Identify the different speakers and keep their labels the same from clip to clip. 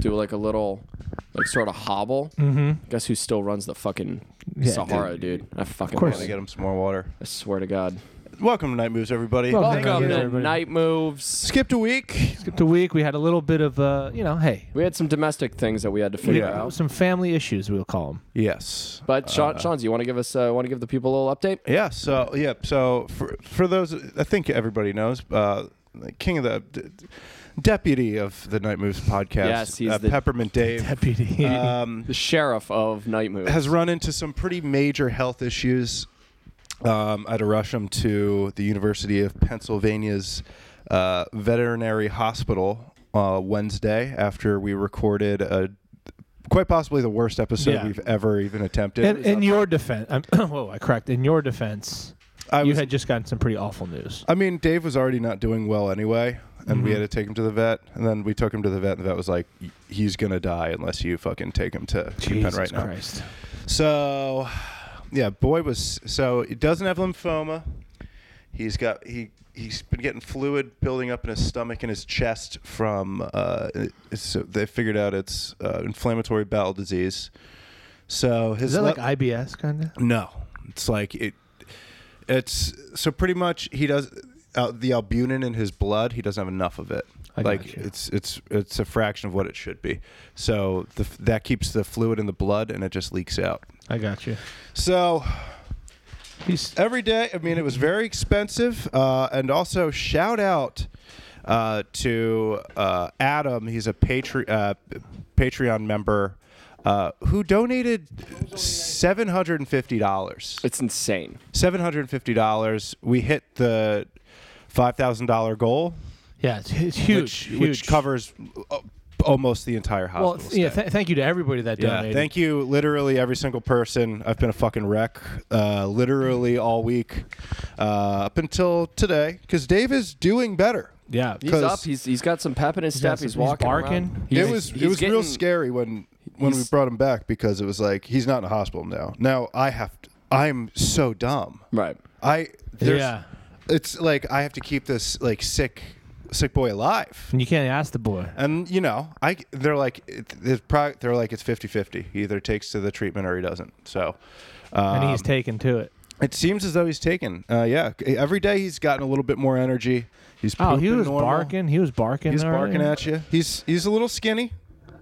Speaker 1: do like a little, like sort of hobble. Mm-hmm. Guess who still runs the fucking
Speaker 2: Yeah,
Speaker 1: Sahara, dude? I fucking
Speaker 2: course.
Speaker 1: love
Speaker 2: Yes.
Speaker 3: Gonna
Speaker 1: it.
Speaker 3: get him some more water.
Speaker 1: I swear to God.
Speaker 3: Welcome to Night Moves, everybody.
Speaker 2: Well, Thank
Speaker 1: Welcome
Speaker 2: you,
Speaker 1: to
Speaker 2: everybody.
Speaker 1: Night Moves.
Speaker 3: Skipped a week.
Speaker 2: Skipped a week. We had a little bit of, uh, you know, hey,
Speaker 1: We had some domestic things that we had to figure
Speaker 3: Yeah.
Speaker 1: out.
Speaker 2: some family issues, we'll call them.
Speaker 3: Yes.
Speaker 1: But Sean, Sean, do you want to give us, uh, want to give the people a little update?
Speaker 3: Uh, Yeah. So yeah. So for for those, I think everybody knows. Uh, the King of the d- deputy of the Night Moves podcast.
Speaker 1: Yes, he's
Speaker 3: uh,
Speaker 1: the-
Speaker 3: Peppermint Dave.
Speaker 2: Deputy.
Speaker 3: um,
Speaker 1: The sheriff of Night Moves.
Speaker 3: has run into some pretty major health issues. Um, I had to rush him to the University of Pennsylvania's uh, veterinary hospital uh, Wednesday after we recorded a, quite possibly the worst episode
Speaker 2: Yeah.
Speaker 3: we've ever even attempted.
Speaker 2: in, in your defense, I'm, whoa, I cracked. In your defense,
Speaker 3: I
Speaker 2: you
Speaker 3: was-
Speaker 2: had just gotten some pretty awful news.
Speaker 3: I mean, Dave was already not doing well anyway, and we
Speaker 2: Mm-hmm.
Speaker 3: had to take him to the vet. And then we took him to the vet, and the vet was like, "Y- "He's gonna die unless you fucking take him to Pen right now."
Speaker 2: Christ.
Speaker 3: So, yeah, boy was so he doesn't have lymphoma. He's got he he's been getting fluid building up in his stomach and his chest from uh, it's, so they figured out it's uh, inflammatory bowel disease. So his
Speaker 2: Is that
Speaker 3: le-
Speaker 2: like IBS kind of?
Speaker 3: no, it's like it. It's so pretty much he does uh, the albumin in his blood. He doesn't have enough of it.
Speaker 2: I
Speaker 3: like
Speaker 2: gotcha.
Speaker 3: it's it's it's a fraction of what it should be. So the, f- that keeps the fluid in the blood and it just leaks out.
Speaker 2: I got you.
Speaker 3: So
Speaker 2: He's
Speaker 3: every day, I mean, it was very expensive. Uh, and also, shout out uh, to uh, Adam. He's a Patre- uh, Patreon member uh, who donated seven hundred and fifty dollars.
Speaker 1: It's insane.
Speaker 3: Seven hundred and fifty dollars. We hit the five thousand dollar goal,
Speaker 2: yeah, it's, it's huge,
Speaker 3: which,
Speaker 2: huge.
Speaker 3: which covers uh, almost the entire hospital.
Speaker 2: Well, th- yeah.
Speaker 3: stay.
Speaker 2: Th- thank you to everybody that
Speaker 3: Yeah,
Speaker 2: donated.
Speaker 3: thank you, literally every single person. I've been a fucking wreck, uh, literally all week, uh, up until today, because Dave is doing better.
Speaker 2: Yeah,
Speaker 1: He's
Speaker 3: 'Cause-
Speaker 1: up. He's he's got some pep in his
Speaker 2: got
Speaker 1: step.
Speaker 2: some-
Speaker 1: He's
Speaker 2: he's
Speaker 1: walking.
Speaker 2: barking.
Speaker 1: around.
Speaker 2: He's-
Speaker 3: it was it
Speaker 1: he's
Speaker 3: was real
Speaker 1: getting-
Speaker 3: scary when when we
Speaker 1: he's-
Speaker 3: brought him back because it was like he's not in a hospital now. Now I have to, I'm so dumb.
Speaker 1: Right.
Speaker 3: I there's,
Speaker 2: Yeah.
Speaker 3: it's like I have to keep this like sick sick boy alive.
Speaker 2: And you can't ask the boy.
Speaker 3: And you know, I they're like it, it's pro, they're like it's 50-50. He either takes to the treatment or he doesn't. So um,
Speaker 2: and he's taken to it.
Speaker 3: It seems as though he's taken. Uh, yeah, every day he's gotten a little bit more energy. He's
Speaker 2: Oh, he
Speaker 3: pooping
Speaker 2: was
Speaker 3: normal.
Speaker 2: barking. He was barking.
Speaker 3: He's
Speaker 2: earlier.
Speaker 3: barking at you. He's he's a little skinny,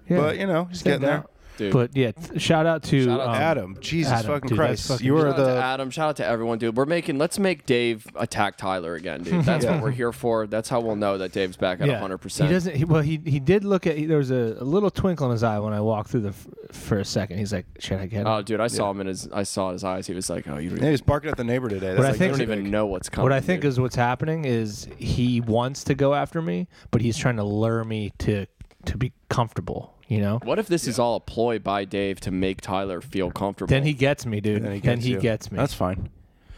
Speaker 2: Yeah.
Speaker 3: but you know he's
Speaker 2: Check
Speaker 3: getting there.
Speaker 2: out.
Speaker 1: Dude.
Speaker 2: But yeah, th- shout out to
Speaker 1: Shout out to
Speaker 2: um,
Speaker 3: Adam, Jesus
Speaker 2: Adam,
Speaker 3: fucking
Speaker 2: dude, that's
Speaker 3: Christ,
Speaker 2: fucking-
Speaker 3: you are
Speaker 1: Shout out to
Speaker 3: the
Speaker 1: Adam. Shout out to everyone, dude. We're making. Let's make Dave attack Tyler again, dude. That's
Speaker 3: Yeah.
Speaker 1: what we're here for. That's how we'll know that Dave's back at
Speaker 2: Yeah.
Speaker 1: 100.
Speaker 2: He
Speaker 1: percent
Speaker 2: doesn't. He, well, he he did look at. He, there was a, a little twinkle in his eye when I walked through the f- for a second. He's like, "Should I get him?"
Speaker 1: Oh, dude, I saw him in his. I saw his eyes. He was like, "Oh, you don't,
Speaker 3: Yeah, he's barking at the neighbor today. That's
Speaker 2: I
Speaker 3: like
Speaker 1: you
Speaker 2: think-
Speaker 1: don't
Speaker 3: too
Speaker 1: even
Speaker 3: big.
Speaker 1: know what's coming."
Speaker 2: what I think
Speaker 1: dude.
Speaker 2: is what's happening is he wants to go after me, but he's trying to lure me to to be comfortable. You know.
Speaker 1: What if this is all a ploy by Dave to make Tyler feel comfortable?
Speaker 2: Then he gets me, dude. Then he gets,
Speaker 3: you.
Speaker 2: me.
Speaker 3: That's fine.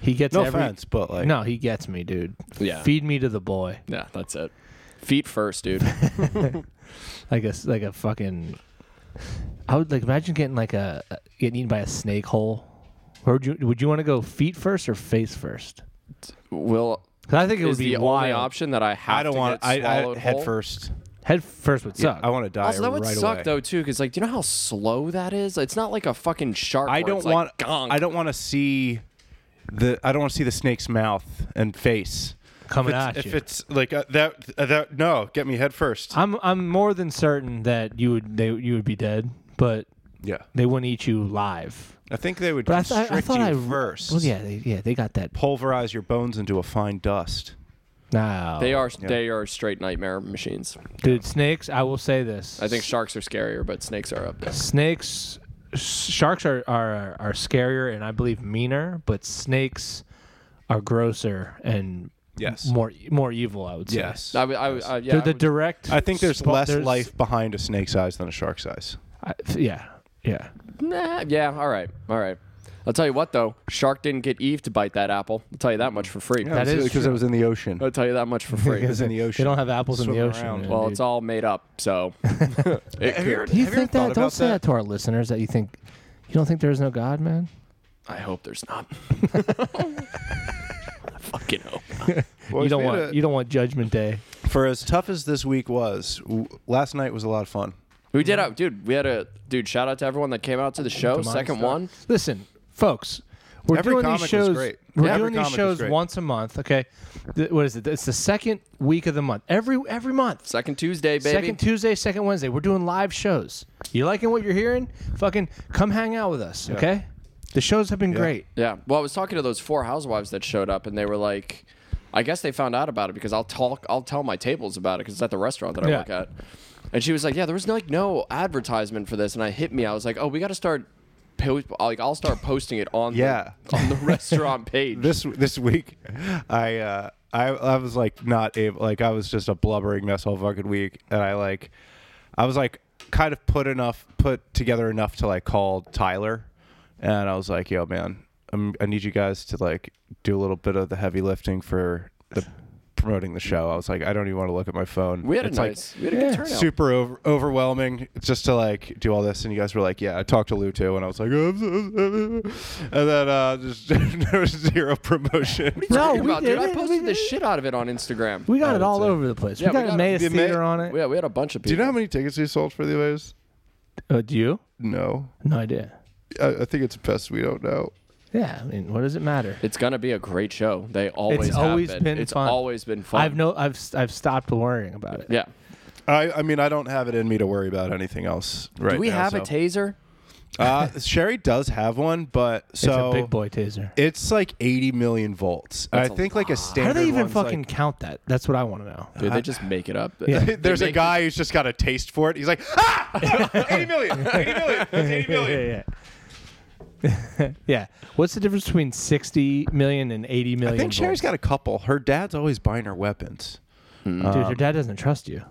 Speaker 2: he gets
Speaker 3: No
Speaker 2: every,
Speaker 3: offense, but like
Speaker 2: No, he gets me, dude.
Speaker 1: Yeah.
Speaker 2: Feed me to the boy,
Speaker 1: Yeah, that's it. Feet first, dude.
Speaker 2: like a s- like a fucking. I would like imagine getting like a getting eaten by a snake hole. Or would you would you want to go feet first or face first?
Speaker 1: Will
Speaker 2: 'Cause I think it
Speaker 1: is
Speaker 2: would be
Speaker 1: the only
Speaker 2: wild.
Speaker 1: option that I have.
Speaker 3: I don't
Speaker 1: to
Speaker 3: want.
Speaker 1: Get
Speaker 3: I,
Speaker 1: swallowed
Speaker 3: I head
Speaker 1: whole?
Speaker 3: first.
Speaker 2: Head first would suck.
Speaker 3: I want to die
Speaker 1: Also, that
Speaker 3: right
Speaker 1: would
Speaker 3: away.
Speaker 1: suck though too, because like, do you know how slow that is? It's not like a fucking shark.
Speaker 3: I
Speaker 1: where
Speaker 3: don't
Speaker 1: it's, like,
Speaker 3: want.
Speaker 1: gonk.
Speaker 3: I don't want to see the. I don't want to see the snake's mouth and face
Speaker 2: Coming
Speaker 3: if it's,
Speaker 2: at
Speaker 3: if
Speaker 2: you.
Speaker 3: it's like uh, that. uh, that no, get me head first.
Speaker 2: I'm I'm more than certain that you would they you would be dead, but
Speaker 3: yeah,
Speaker 2: they wouldn't eat you live.
Speaker 3: I think they would
Speaker 2: But I, th-
Speaker 3: constrict
Speaker 2: I, I thought
Speaker 3: you
Speaker 2: I
Speaker 3: first.
Speaker 2: Well, yeah, they, yeah, they got that.
Speaker 3: pulverize your bones into a fine dust.
Speaker 2: No,
Speaker 1: They are they are straight nightmare machines.
Speaker 2: dude. Snakes. I will say this.
Speaker 1: I think sharks are scarier, but snakes are up there.
Speaker 2: snakes sharks are, are are scarier and i believe meaner but snakes are grosser and
Speaker 3: Yes.
Speaker 2: more more evil i would say
Speaker 3: Yes,
Speaker 1: I, would- I, would- I, yeah,
Speaker 2: they're
Speaker 1: I
Speaker 2: the
Speaker 1: would-
Speaker 2: direct
Speaker 3: I think there's
Speaker 2: spot-
Speaker 3: less life behind a snake's eyes than a shark's eyes.
Speaker 2: I- yeah yeah
Speaker 1: nah, yeah, all right, all right. I'll tell you what though, shark didn't get Eve to bite that apple. I'll tell you that much for free.
Speaker 2: That is
Speaker 3: because it was in the ocean.
Speaker 1: I'll tell you that much for free.
Speaker 3: It's in the ocean.
Speaker 2: they don't have apples in the
Speaker 3: Swimming
Speaker 2: ocean
Speaker 3: around.
Speaker 2: man,
Speaker 1: well,
Speaker 2: dude.
Speaker 1: it's all made up, so. it could-
Speaker 3: heard-
Speaker 2: do you
Speaker 3: Have
Speaker 2: think
Speaker 3: you ever
Speaker 2: that
Speaker 3: thought
Speaker 2: don't
Speaker 3: about
Speaker 2: say that?
Speaker 3: that?
Speaker 2: to our listeners that you think you don't think there's no god man
Speaker 1: I hope there's not. I fucking hope. not.
Speaker 3: Well,
Speaker 2: you don't
Speaker 3: we had
Speaker 2: want
Speaker 3: a-
Speaker 2: you don't want judgment day
Speaker 3: For as tough as this week was, w- last night was a lot of fun.
Speaker 1: We did out, dude. We had a dude. Shout out to everyone that came out to the show.
Speaker 2: to my
Speaker 1: Second
Speaker 2: stuff.
Speaker 1: one.
Speaker 2: Listen, folks, we're
Speaker 3: Every
Speaker 2: doing
Speaker 3: comic
Speaker 2: these
Speaker 3: was
Speaker 2: shows.
Speaker 3: great.
Speaker 2: We're
Speaker 3: Yeah, every
Speaker 2: doing these
Speaker 3: comic was
Speaker 2: shows
Speaker 3: great.
Speaker 2: once a month. Okay, Th- what is it? It's the second week of the month. Every every month.
Speaker 1: Second Tuesday, baby.
Speaker 2: Second Tuesday, second Wednesday. We're doing live shows. You liking what you're hearing? Fucking come hang out with us, okay? The shows have been great.
Speaker 1: Yeah. Well, I was talking to those four housewives that showed up, and they were like, I guess they found out about it because I'll talk, I'll tell my tables about it because it's at the restaurant that I
Speaker 2: Yeah.
Speaker 1: work at. And she was like, Yeah, there was like no advertisement for this, and I hit me. I was like, Oh, we got to start. po- Like I'll start posting it on
Speaker 3: Yeah.
Speaker 1: the, on the restaurant page.
Speaker 3: this this week i uh i i was like not able like i was just a blubbering mess all fucking week and i like i was like kind of put enough put together enough to like call tyler and i was like yo man i i need you guys to like do a little bit of the heavy lifting for the promoting the show i was like i don't even want to look at my phone
Speaker 1: we had a
Speaker 3: it's like
Speaker 1: nice, we had a good turnout.
Speaker 3: super over- overwhelming just to like do all this and you guys were like yeah i talked to lou too and i was like and then uh just there was zero promotion
Speaker 2: No,
Speaker 1: Talking
Speaker 2: we
Speaker 1: about, dude,
Speaker 2: did
Speaker 1: I
Speaker 2: it.
Speaker 1: posted
Speaker 2: We
Speaker 1: the
Speaker 2: did it.
Speaker 1: shit out of it on Instagram.
Speaker 2: We got
Speaker 3: I
Speaker 2: it
Speaker 3: would
Speaker 2: all
Speaker 3: say.
Speaker 2: over the place.
Speaker 1: Yeah,
Speaker 2: we
Speaker 1: we
Speaker 2: got,
Speaker 1: got
Speaker 2: a
Speaker 1: it.
Speaker 2: Emmaus
Speaker 3: The Emma-
Speaker 2: Theater on it.
Speaker 1: yeah, we had a bunch of people.
Speaker 3: do you know how many tickets we sold for the waves
Speaker 2: Uh, do you?
Speaker 3: no
Speaker 2: No idea.
Speaker 3: I, I think it's best we don't know
Speaker 2: Yeah, I mean, what does it matter?
Speaker 1: It's gonna be a great show. They always
Speaker 2: it's
Speaker 1: have
Speaker 2: always
Speaker 1: been.
Speaker 2: been
Speaker 1: it's
Speaker 2: fun.
Speaker 1: always been fun.
Speaker 2: I've no, I've, I've stopped worrying about it.
Speaker 1: yeah.
Speaker 3: i i mean i don't have it in me to worry about anything else right
Speaker 1: Do we
Speaker 3: now,
Speaker 1: have
Speaker 3: so.
Speaker 1: a taser?
Speaker 3: uh sherry does have one but so
Speaker 2: it's a big boy taser.
Speaker 3: it's like 80 million volts
Speaker 1: That's
Speaker 3: i
Speaker 1: a
Speaker 3: think like a
Speaker 2: How
Speaker 3: standard
Speaker 2: do they even
Speaker 3: one's, like,
Speaker 2: fucking count that? That's what I want to know.
Speaker 1: Dude, they just make it up. They
Speaker 3: There's a
Speaker 1: make-
Speaker 3: guy who's just got a taste for it. He's like, ah, 80 million, 80 million, that's 80 million.
Speaker 2: yeah, yeah. yeah. What's the difference between 60 million and 80 million?
Speaker 3: I think Sherry's
Speaker 2: volts?
Speaker 3: got a couple. Her dad's always buying her weapons.
Speaker 2: Dude,
Speaker 3: Uh,
Speaker 2: your dad doesn't trust you.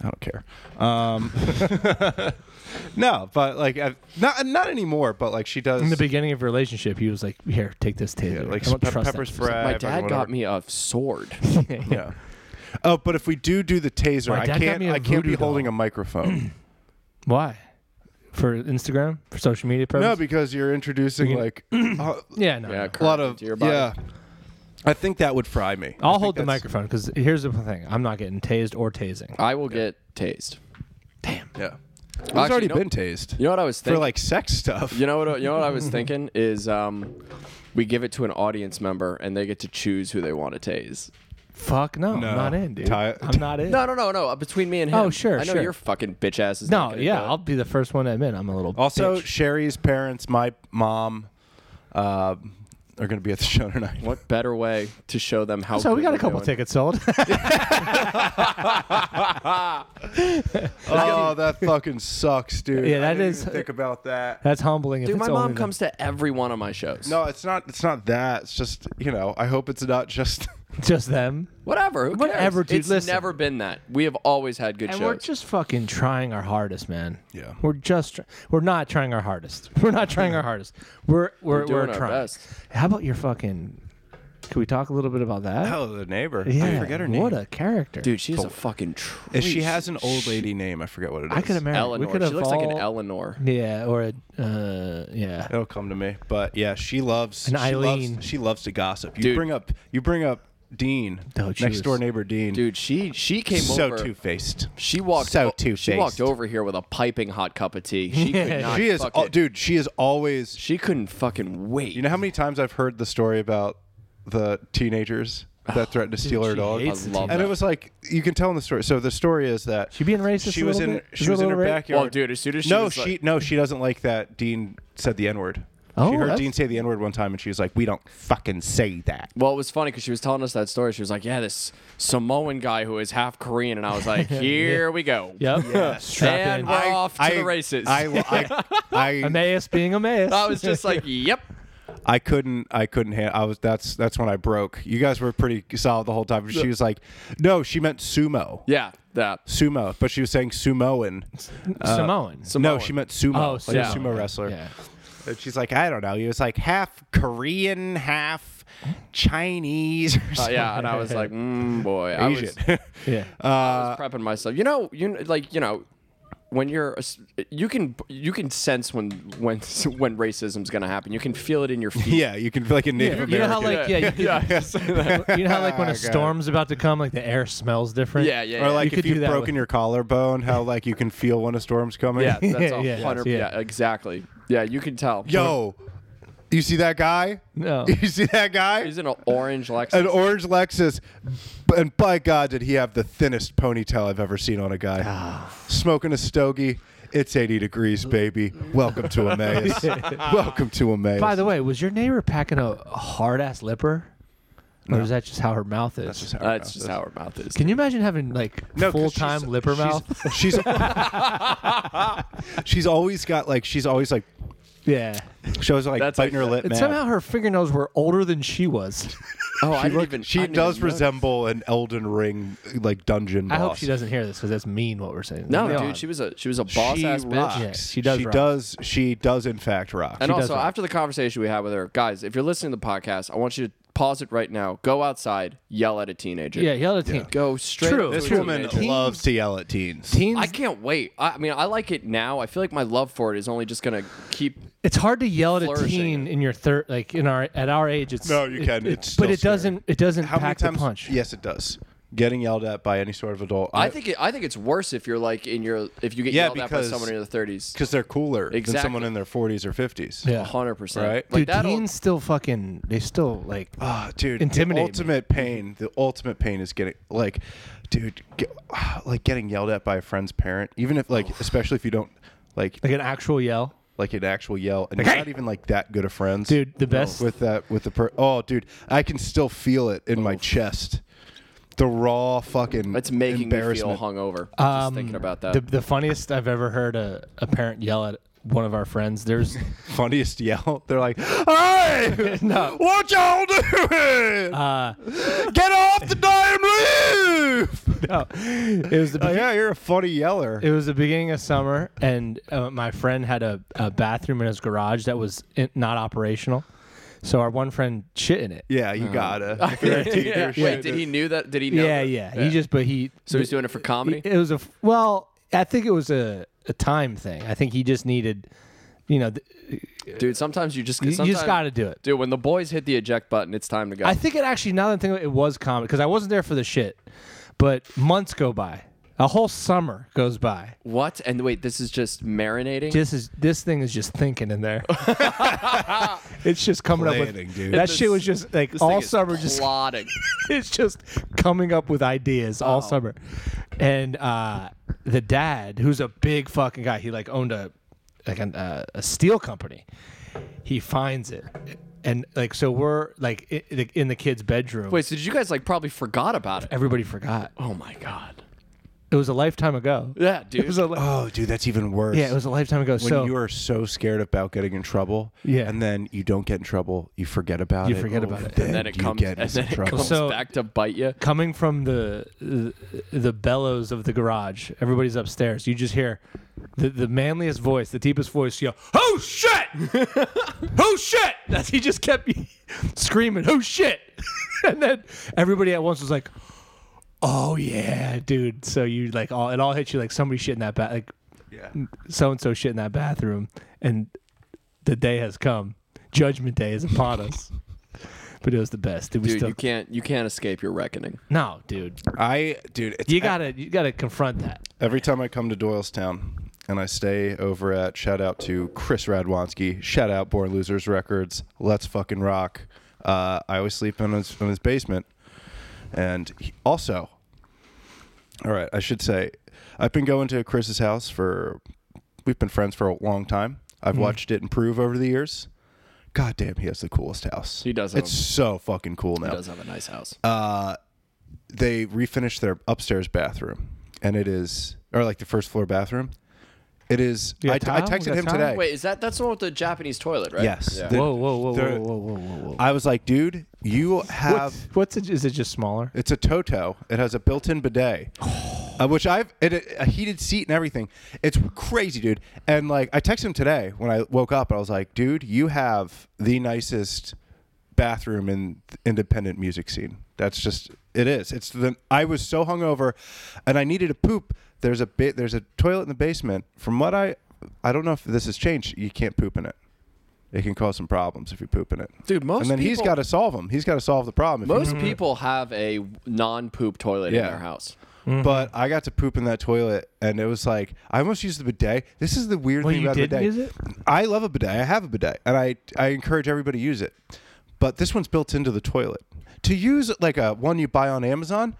Speaker 3: I don't care. Um, no, but like, I've, not not anymore. But like, she does.
Speaker 2: In the beginning of your relationship, he was like, "Here, take this taser."
Speaker 3: yeah, like
Speaker 2: I don't
Speaker 3: pe-
Speaker 2: trust
Speaker 3: Pepper's
Speaker 2: that
Speaker 3: Fry.
Speaker 1: My dad got me a sword.
Speaker 3: Yeah. Oh, but if we do do the taser,
Speaker 2: My
Speaker 3: I
Speaker 2: dad got
Speaker 3: can't.
Speaker 2: me a
Speaker 3: I can't be
Speaker 2: voodoo doll.
Speaker 3: holding a microphone.
Speaker 2: Why? For Instagram, for social media
Speaker 3: no,
Speaker 2: purposes.
Speaker 3: because you're introducing like a
Speaker 2: yeah, no.
Speaker 1: Yeah,
Speaker 2: no.
Speaker 3: lot
Speaker 1: current
Speaker 3: of
Speaker 1: to your body.
Speaker 3: yeah. I think that would fry me. I
Speaker 2: I'll hold
Speaker 3: think
Speaker 2: the
Speaker 3: that's-
Speaker 2: microphone because here's the thing: I'm not getting tased or tasing.
Speaker 1: I will get tased.
Speaker 3: Yeah. It's
Speaker 1: Actually,
Speaker 3: already
Speaker 1: no-
Speaker 3: been tased
Speaker 1: You know what I was
Speaker 3: for
Speaker 1: thinking?
Speaker 3: like sex stuff.
Speaker 1: you know what you know what I was thinking is um, we give it to an audience member and they get to choose who they want to tase.
Speaker 2: Fuck no,
Speaker 3: No.
Speaker 2: I'm not in, dude.
Speaker 3: Ty-
Speaker 2: I'm not in.
Speaker 1: No, no, no, no. uh, Between me and him.
Speaker 2: Oh, sure,
Speaker 1: I know
Speaker 2: sure.
Speaker 1: your fucking bitch ass is. not
Speaker 2: No,
Speaker 1: gonna
Speaker 2: yeah,
Speaker 1: do it.
Speaker 2: I'll be the first one to admit I'm a little.
Speaker 3: Also,
Speaker 2: bitch.
Speaker 3: Sherry's parents, my mom, uh, are going to be at the show tonight.
Speaker 1: What better way to show them how?
Speaker 2: so we
Speaker 1: good
Speaker 2: got a
Speaker 1: we're
Speaker 2: couple
Speaker 1: doing?
Speaker 2: tickets sold.
Speaker 3: Oh, that fucking sucks, dude.
Speaker 2: Yeah, that
Speaker 3: I didn't
Speaker 2: is-
Speaker 3: even Think about that.
Speaker 2: That's humbling. If
Speaker 1: Dude,
Speaker 2: it's
Speaker 1: my
Speaker 2: only
Speaker 1: mom
Speaker 2: the-
Speaker 1: comes to every one of my shows.
Speaker 3: No, it's not. It's not that. It's just you know. I hope it's not just.
Speaker 2: just them,
Speaker 1: Whatever. Who cares?
Speaker 2: Whatever, dude,
Speaker 1: It's
Speaker 2: listen.
Speaker 1: never been that. We have always had good
Speaker 2: and
Speaker 1: shows.
Speaker 2: we're just fucking trying our hardest, man.
Speaker 3: Yeah.
Speaker 2: we're just tr- we're not trying our hardest. We're not trying our hardest. We're we're we're,
Speaker 1: doing our
Speaker 2: trying.
Speaker 1: best.
Speaker 2: How about your fucking? Can we talk a little bit about that?
Speaker 3: Oh, the neighbor.
Speaker 2: yeah,
Speaker 3: I forget her name.
Speaker 2: What a character,
Speaker 1: Dude, she's a fucking tree.
Speaker 3: If she has an old lady name, I forget what it is.
Speaker 2: I could have married.
Speaker 1: Eleanor.
Speaker 2: We could
Speaker 1: She
Speaker 2: have
Speaker 1: looks like an
Speaker 2: all-
Speaker 1: Eleanor.
Speaker 2: Yeah, or a uh, yeah.
Speaker 3: It'll come to me. But yeah, she loves.
Speaker 2: An
Speaker 3: she loves-
Speaker 2: Eileen.
Speaker 3: she loves to gossip. You
Speaker 1: Dude.
Speaker 3: bring up. You bring up Dean,
Speaker 2: Oh, she
Speaker 3: next
Speaker 2: was-
Speaker 3: door neighbor Dean.
Speaker 1: Dude, she she came
Speaker 3: so
Speaker 1: over.
Speaker 3: two faced.
Speaker 1: She walked.
Speaker 3: so
Speaker 1: o-
Speaker 3: two
Speaker 1: She walked
Speaker 3: faced.
Speaker 1: over here with a piping hot cup of tea. She could not.
Speaker 3: She is,
Speaker 1: fucking-
Speaker 3: al- dude. She is always
Speaker 1: She couldn't fucking wait.
Speaker 3: You know how many times I've heard the story about the teenagers that threatened to steal her
Speaker 2: Oh, she
Speaker 3: dog?
Speaker 1: I
Speaker 2: hates
Speaker 1: love
Speaker 3: And
Speaker 1: that.
Speaker 3: it was like you can tell in the story. So the story is that
Speaker 2: She being racist
Speaker 3: She
Speaker 2: a
Speaker 3: was
Speaker 2: little
Speaker 3: in
Speaker 2: bit? Is
Speaker 3: she
Speaker 2: it
Speaker 3: was
Speaker 2: a
Speaker 3: in her
Speaker 2: little ra-
Speaker 3: backyard.
Speaker 1: Well, dude, as soon as she
Speaker 3: no,
Speaker 1: was
Speaker 3: she
Speaker 1: like-
Speaker 3: no, she doesn't like that Dean said the N word.
Speaker 2: Oh,
Speaker 3: she heard
Speaker 2: that's-
Speaker 3: Dean say the N word one time, and she was like, "We don't fucking say that."
Speaker 1: Well, it was funny because she was telling us that story. She was like, "Yeah, this Samoan guy who is half Korean," and I was like, "Here we go."
Speaker 2: Yep. Strap
Speaker 1: And
Speaker 2: in.
Speaker 1: we're off to the races.
Speaker 3: I I, I,
Speaker 2: Emmaus being Emmaus.
Speaker 1: I was just like, "Yep."
Speaker 3: I couldn't I couldn't ha- I was that's that's when I broke. You guys were pretty solid the whole time. She was like, "No, she meant sumo."
Speaker 1: Yeah. That.
Speaker 3: Sumo, but she was saying sumoan.
Speaker 2: Samoan.
Speaker 3: No,
Speaker 1: Samoan.
Speaker 3: she meant sumo,
Speaker 2: Oh,
Speaker 3: like
Speaker 2: sumo.
Speaker 3: a sumo wrestler.
Speaker 2: Yeah.
Speaker 3: And she's like, I don't know. He was like half Korean, half Chinese. Or
Speaker 2: Oh,
Speaker 1: Uh,
Speaker 3: something.
Speaker 1: yeah, and I was like, mm, "Boy, I was,
Speaker 3: Asian. Uh,
Speaker 2: yeah.
Speaker 1: I was prepping myself." You know, you kn- like you know, when you're you can you can sense when when when racism's going to happen. You can feel it in your feet.
Speaker 3: Yeah, you can feel like a Native
Speaker 2: You know
Speaker 3: American.
Speaker 2: how like yeah, you, could- you know how like when
Speaker 3: I
Speaker 2: a
Speaker 3: got it.
Speaker 2: storm's about to come, like the air smells different.
Speaker 1: Yeah, yeah,
Speaker 3: or
Speaker 1: yeah.
Speaker 3: like
Speaker 2: you
Speaker 3: if
Speaker 2: could do
Speaker 3: you've
Speaker 2: that
Speaker 3: broken
Speaker 2: with-
Speaker 3: your collarbone, how like you can feel when a storm's coming.
Speaker 1: yeah, that's a
Speaker 2: Yeah, yeah,
Speaker 1: hundred.
Speaker 2: yeah.
Speaker 1: Yeah. exactly. Yeah, you can tell.
Speaker 3: Yo, you see that guy?
Speaker 2: Oh. No.
Speaker 3: You see that guy?
Speaker 1: he's in an orange Lexus.
Speaker 3: An orange Lexus, b- and by God, did he have the thinnest ponytail I've ever seen on a
Speaker 2: Ah.
Speaker 3: guy. Smoking a stogie. It's 80 degrees, baby. Welcome to Emmaus. Welcome to Emmaus.
Speaker 2: By the way, was your neighbor packing a hard ass lipper, or is that just how her mouth is?
Speaker 3: just how her
Speaker 1: that's
Speaker 3: mouth
Speaker 1: just
Speaker 3: is.
Speaker 1: how her mouth is.
Speaker 2: Can you imagine having like
Speaker 3: 'cause
Speaker 2: full time
Speaker 3: she's-
Speaker 2: lipper mouth?
Speaker 3: She's, she's always got like she's always like
Speaker 2: Yeah.
Speaker 3: she always like
Speaker 1: That's
Speaker 3: biting
Speaker 1: like-
Speaker 3: her lip.
Speaker 2: And
Speaker 3: man.
Speaker 2: somehow her fingernails were older than she was.
Speaker 1: oh, I
Speaker 3: she,
Speaker 1: didn't
Speaker 3: look-
Speaker 1: even. I
Speaker 3: she
Speaker 1: didn't
Speaker 3: does
Speaker 1: even notice.
Speaker 3: resemble an Elden Ring like dungeon.
Speaker 2: I
Speaker 3: Boss.
Speaker 2: hope she doesn't hear this because that's mean what we're saying.
Speaker 1: No,
Speaker 2: Moving on.
Speaker 1: dude, she was a she was a boss
Speaker 3: she
Speaker 1: ass bitch.
Speaker 3: rocks.
Speaker 2: Yeah, she does
Speaker 3: She
Speaker 2: rock.
Speaker 3: does. She does in fact rock.
Speaker 1: And
Speaker 2: does
Speaker 1: also,
Speaker 2: rock.
Speaker 1: after the conversation we had with her, guys, if you're listening to the podcast, I want you to pause it right now. Go outside, yell at a teenager.
Speaker 2: Yeah, yell at teen.
Speaker 1: Go straight.
Speaker 2: True.
Speaker 1: to a
Speaker 3: this woman
Speaker 1: teenager.
Speaker 3: loves to yell at teens.
Speaker 2: Teens,
Speaker 1: I can't wait. I, I mean, I like it now. I feel like my love for it is only just gonna keep.
Speaker 2: it's hard to yell at a
Speaker 1: Flourishing
Speaker 2: teen in your third, like in our at our age. It's
Speaker 3: No, you
Speaker 2: it-
Speaker 3: can.
Speaker 2: it-
Speaker 3: It's
Speaker 2: but
Speaker 3: still
Speaker 2: it
Speaker 3: scary.
Speaker 2: doesn't. It doesn't
Speaker 3: How many
Speaker 2: pack
Speaker 3: times?
Speaker 2: the punch.
Speaker 3: Yes, it does. Getting yelled at by any sort of adult.
Speaker 1: I think it, I think it's worse if you're like in your if you get
Speaker 3: Yeah,
Speaker 1: yelled at by
Speaker 3: because-
Speaker 1: someone in your 30s.
Speaker 3: because they're cooler than
Speaker 1: Exactly.
Speaker 3: someone in their 40s or 50s.
Speaker 2: Yeah.
Speaker 1: 100. percent
Speaker 3: Right?
Speaker 1: Like
Speaker 2: Dude,
Speaker 1: that.
Speaker 2: teens still fucking. They still like.
Speaker 3: Ah, dude,
Speaker 2: Intimidate
Speaker 3: the
Speaker 2: me.
Speaker 3: ultimate pain. The ultimate pain is getting like, dude, get, ah, like getting yelled at by a friend's parent. Even if like, especially if you don't like
Speaker 2: like an actual yell.
Speaker 3: like an actual yell, and you're not even like that good of friends,
Speaker 2: Dude, the best-
Speaker 3: with that with the per. Oh, dude, I can still feel it in my chest. The raw fucking.
Speaker 1: It's making me feel
Speaker 3: embarrassment.
Speaker 1: hungover. just
Speaker 2: Um,
Speaker 1: thinking about that.
Speaker 2: The, the funniest I've ever heard a, a parent yell at one of our friends. There's
Speaker 3: Funniest yell. They're like, "Hey,
Speaker 2: No.
Speaker 3: what y'all doing?
Speaker 2: uh,
Speaker 3: Get off the damn roof!"
Speaker 2: no, it was the
Speaker 3: Oh,
Speaker 2: begin-
Speaker 3: yeah, you're a funny yeller.
Speaker 2: it was the beginning of summer, and uh, my friend had a, a bathroom in his garage that was in, not operational. So our one friend shit in it.
Speaker 3: Yeah,
Speaker 1: Uh-huh.
Speaker 3: you gotta. If you're a teen,
Speaker 1: yeah.
Speaker 3: you're
Speaker 1: Wait,
Speaker 3: shit.
Speaker 1: did he knew that? Did he know?
Speaker 2: yeah,
Speaker 1: that?
Speaker 2: yeah, He just, but he.
Speaker 1: So he's doing it for comedy.
Speaker 2: It was a f- well. I think it was a, a time thing. I think he just needed, you know, th-
Speaker 1: Dude, sometimes you just
Speaker 2: you you just
Speaker 1: sometimes-
Speaker 2: got to do it.
Speaker 1: Dude, when the boys hit the eject button, it's time to go.
Speaker 2: I think it actually now that I think of it, it was comedy because I wasn't there for the shit, but months go by, a whole summer goes by.
Speaker 1: what? And wait, this is just marinating.
Speaker 2: This is this thing is just thinking in there. it's just coming up
Speaker 3: Planning,
Speaker 2: with
Speaker 3: dude.
Speaker 2: that
Speaker 1: This-
Speaker 2: shit was just like
Speaker 1: This thing
Speaker 2: all
Speaker 1: is
Speaker 2: summer. Just
Speaker 1: plotting.
Speaker 2: it's just coming up with ideas all summer, and uh, the dad, who's a big fucking guy, he like owned a like an, uh, a steel company. He finds it. And like so, we're like i- in the kid's bedroom.
Speaker 1: wait, so did you guys like probably forgot about it?
Speaker 2: everybody forgot.
Speaker 1: Oh my god.
Speaker 2: It was a lifetime ago.
Speaker 1: Yeah, dude.
Speaker 2: It was a li-
Speaker 3: Oh, dude, that's even worse.
Speaker 2: yeah, it was a lifetime ago.
Speaker 3: when
Speaker 2: so
Speaker 3: you are so scared about getting in trouble,
Speaker 2: Yeah.
Speaker 3: and then you don't get in trouble, you forget about
Speaker 2: You
Speaker 3: it, Oh,
Speaker 2: forget about it.
Speaker 3: then,
Speaker 1: and then it
Speaker 3: you
Speaker 1: comes,
Speaker 3: get
Speaker 1: and
Speaker 3: into
Speaker 1: then it
Speaker 3: trouble.
Speaker 1: comes
Speaker 2: So-
Speaker 1: back to bite you.
Speaker 2: coming from the, the the bellows of the garage, everybody's upstairs. You just hear the, the manliest voice, the deepest voice yell, "Oh shit! oh shit!" That's he just kept screaming, "Oh shit!" and then everybody at once was like, "Oh yeah, dude!" So you like all it all hit you like somebody shit in that bath, like
Speaker 3: Yeah.
Speaker 2: so and so shit in that bathroom, and the day has come. Judgment day is upon us. But it was the best. Did we
Speaker 1: Dude,
Speaker 2: still?
Speaker 1: you can't you can't escape your reckoning.
Speaker 2: No, dude.
Speaker 3: I, dude, it's
Speaker 2: You gotta you gotta confront that.
Speaker 3: Every time I come to Doylestown and I stay over at shout out to Chris Radwanski, shout out Born Losers Records, Let's Fucking Rock. Uh, I always sleep in his, in his basement. And he, also, all right, I should say, I've been going to Chris's house for, we've been friends for a long time. I've
Speaker 1: Mm-hmm.
Speaker 3: watched it improve over the years. God damn, he has the coolest house.
Speaker 1: He does have
Speaker 3: It's
Speaker 1: a-
Speaker 3: so fucking cool now
Speaker 1: He does have a nice house.
Speaker 3: they refinished their upstairs bathroom, and it is or like the first floor bathroom. It is.
Speaker 2: You got
Speaker 3: I,
Speaker 2: tile?
Speaker 3: I
Speaker 2: You
Speaker 3: texted
Speaker 2: got
Speaker 3: him
Speaker 2: tile?
Speaker 3: today.
Speaker 1: wait, is that that's the one with the Japanese toilet, right?
Speaker 3: Yes.
Speaker 1: Yeah.
Speaker 3: The-
Speaker 2: Whoa, whoa, whoa,
Speaker 3: there-
Speaker 2: whoa, whoa, whoa, whoa, whoa.
Speaker 3: I was like, dude, you have.
Speaker 2: What's it, is it just smaller?
Speaker 3: It's a Toto. It has a built-in bidet, uh, which I've it, a heated seat and everything. It's crazy, dude. And like, I texted him today when I woke up. I was like, dude, you have the nicest bathroom in the independent music scene. That's just it is. It's the I was so hungover, and I needed a poop. There's a bit. There's a toilet in the basement. From what I, I don't know if this has changed. You can't poop in it. It can cause some problems if you poop in it.
Speaker 1: Dude, most
Speaker 3: and then he's
Speaker 1: people-
Speaker 3: got to solve them. He's got to solve the problem. If he-
Speaker 1: Most people have a non-poop toilet in
Speaker 3: Yeah.
Speaker 1: their house.
Speaker 2: Mm-hmm.
Speaker 3: But I got to poop in that toilet, and it was like I almost used the bidet. This is the weird
Speaker 2: Well,
Speaker 3: thing
Speaker 2: you
Speaker 3: about
Speaker 2: didn't
Speaker 3: bidet.
Speaker 2: use it?
Speaker 3: I love a bidet. I have a bidet, and I I encourage everybody to use it. But this one's built into the toilet. To use like a one you buy on Amazon,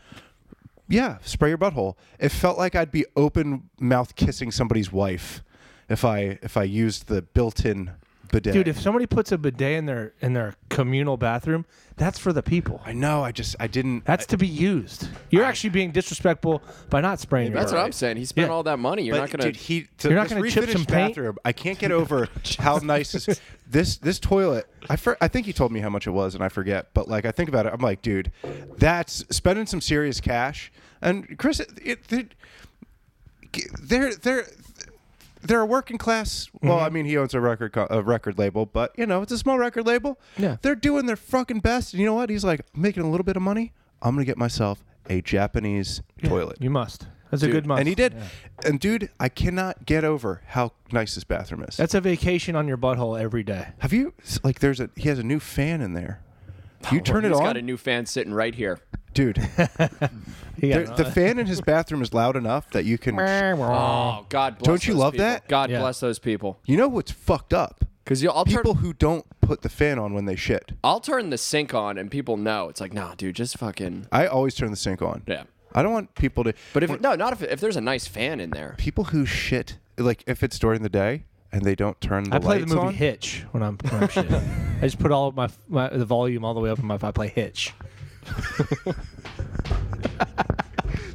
Speaker 3: yeah, spray your butthole. It felt like I'd be open mouth kissing somebody's wife if I if I used the built-in bidet.
Speaker 2: Dude, if somebody puts a bidet in their in their communal bathroom, that's for the people.
Speaker 3: I know, I just I didn't.
Speaker 2: That's to be used. You're actually being disrespectful by not spraying. your
Speaker 1: That's what
Speaker 2: butt.
Speaker 1: I'm saying. He spent
Speaker 2: Yeah.
Speaker 1: all that money. You're not
Speaker 3: But,
Speaker 1: gonna.
Speaker 3: Dude, he, to
Speaker 2: You're not
Speaker 3: this
Speaker 2: gonna chip
Speaker 3: refinished
Speaker 2: some paint?
Speaker 3: Bathroom, I can't get over how nice is this this toilet. I for, I think he told me how much it was, and I forget. But like I think about it, I'm like, dude, that's spending some serious cash. And Chris, it, it, they're they're they're a working class. Well,
Speaker 2: Mm-hmm.
Speaker 3: I mean, he owns a record co- a record label, but you know, it's a small record label.
Speaker 2: Yeah.
Speaker 3: they're doing their fucking best. And you know what? He's like I'm making a little bit of money. I'm gonna get myself a Japanese
Speaker 2: Yeah,
Speaker 3: toilet.
Speaker 2: You must. That's a
Speaker 3: Dude,
Speaker 2: good month.
Speaker 3: And he did. And dude, I cannot get over how nice this bathroom is.
Speaker 2: That's a vacation on your butthole every day.
Speaker 3: Have you s- like? There's a he has a new fan in there. You turn it
Speaker 1: He's
Speaker 3: on,
Speaker 1: got a new fan sitting right here.
Speaker 3: dude.
Speaker 2: You
Speaker 3: there-
Speaker 2: got-
Speaker 3: the fan in his bathroom is loud enough that you can.
Speaker 1: Oh, God bless.
Speaker 3: Don't you
Speaker 1: those
Speaker 3: love
Speaker 1: people.
Speaker 3: that?
Speaker 1: God
Speaker 2: Yeah.
Speaker 1: bless those people.
Speaker 3: You know what's fucked up?
Speaker 1: Because I'll turn,
Speaker 3: People who don't put the fan on when they shit.
Speaker 1: I'll turn the sink on, and people know. It's like, nah, dude, just fucking.
Speaker 3: I always turn the sink on.
Speaker 1: Yeah.
Speaker 3: I don't want people to.
Speaker 1: But if no, not if if there's a nice fan in there.
Speaker 3: people who shit, like if it's during the day and they don't turn the
Speaker 2: I play the
Speaker 3: lights
Speaker 2: movie
Speaker 3: on.
Speaker 2: Hitch when I'm, when I'm shitting. I just put all of my, my the volume all the way up in my. I play Hitch.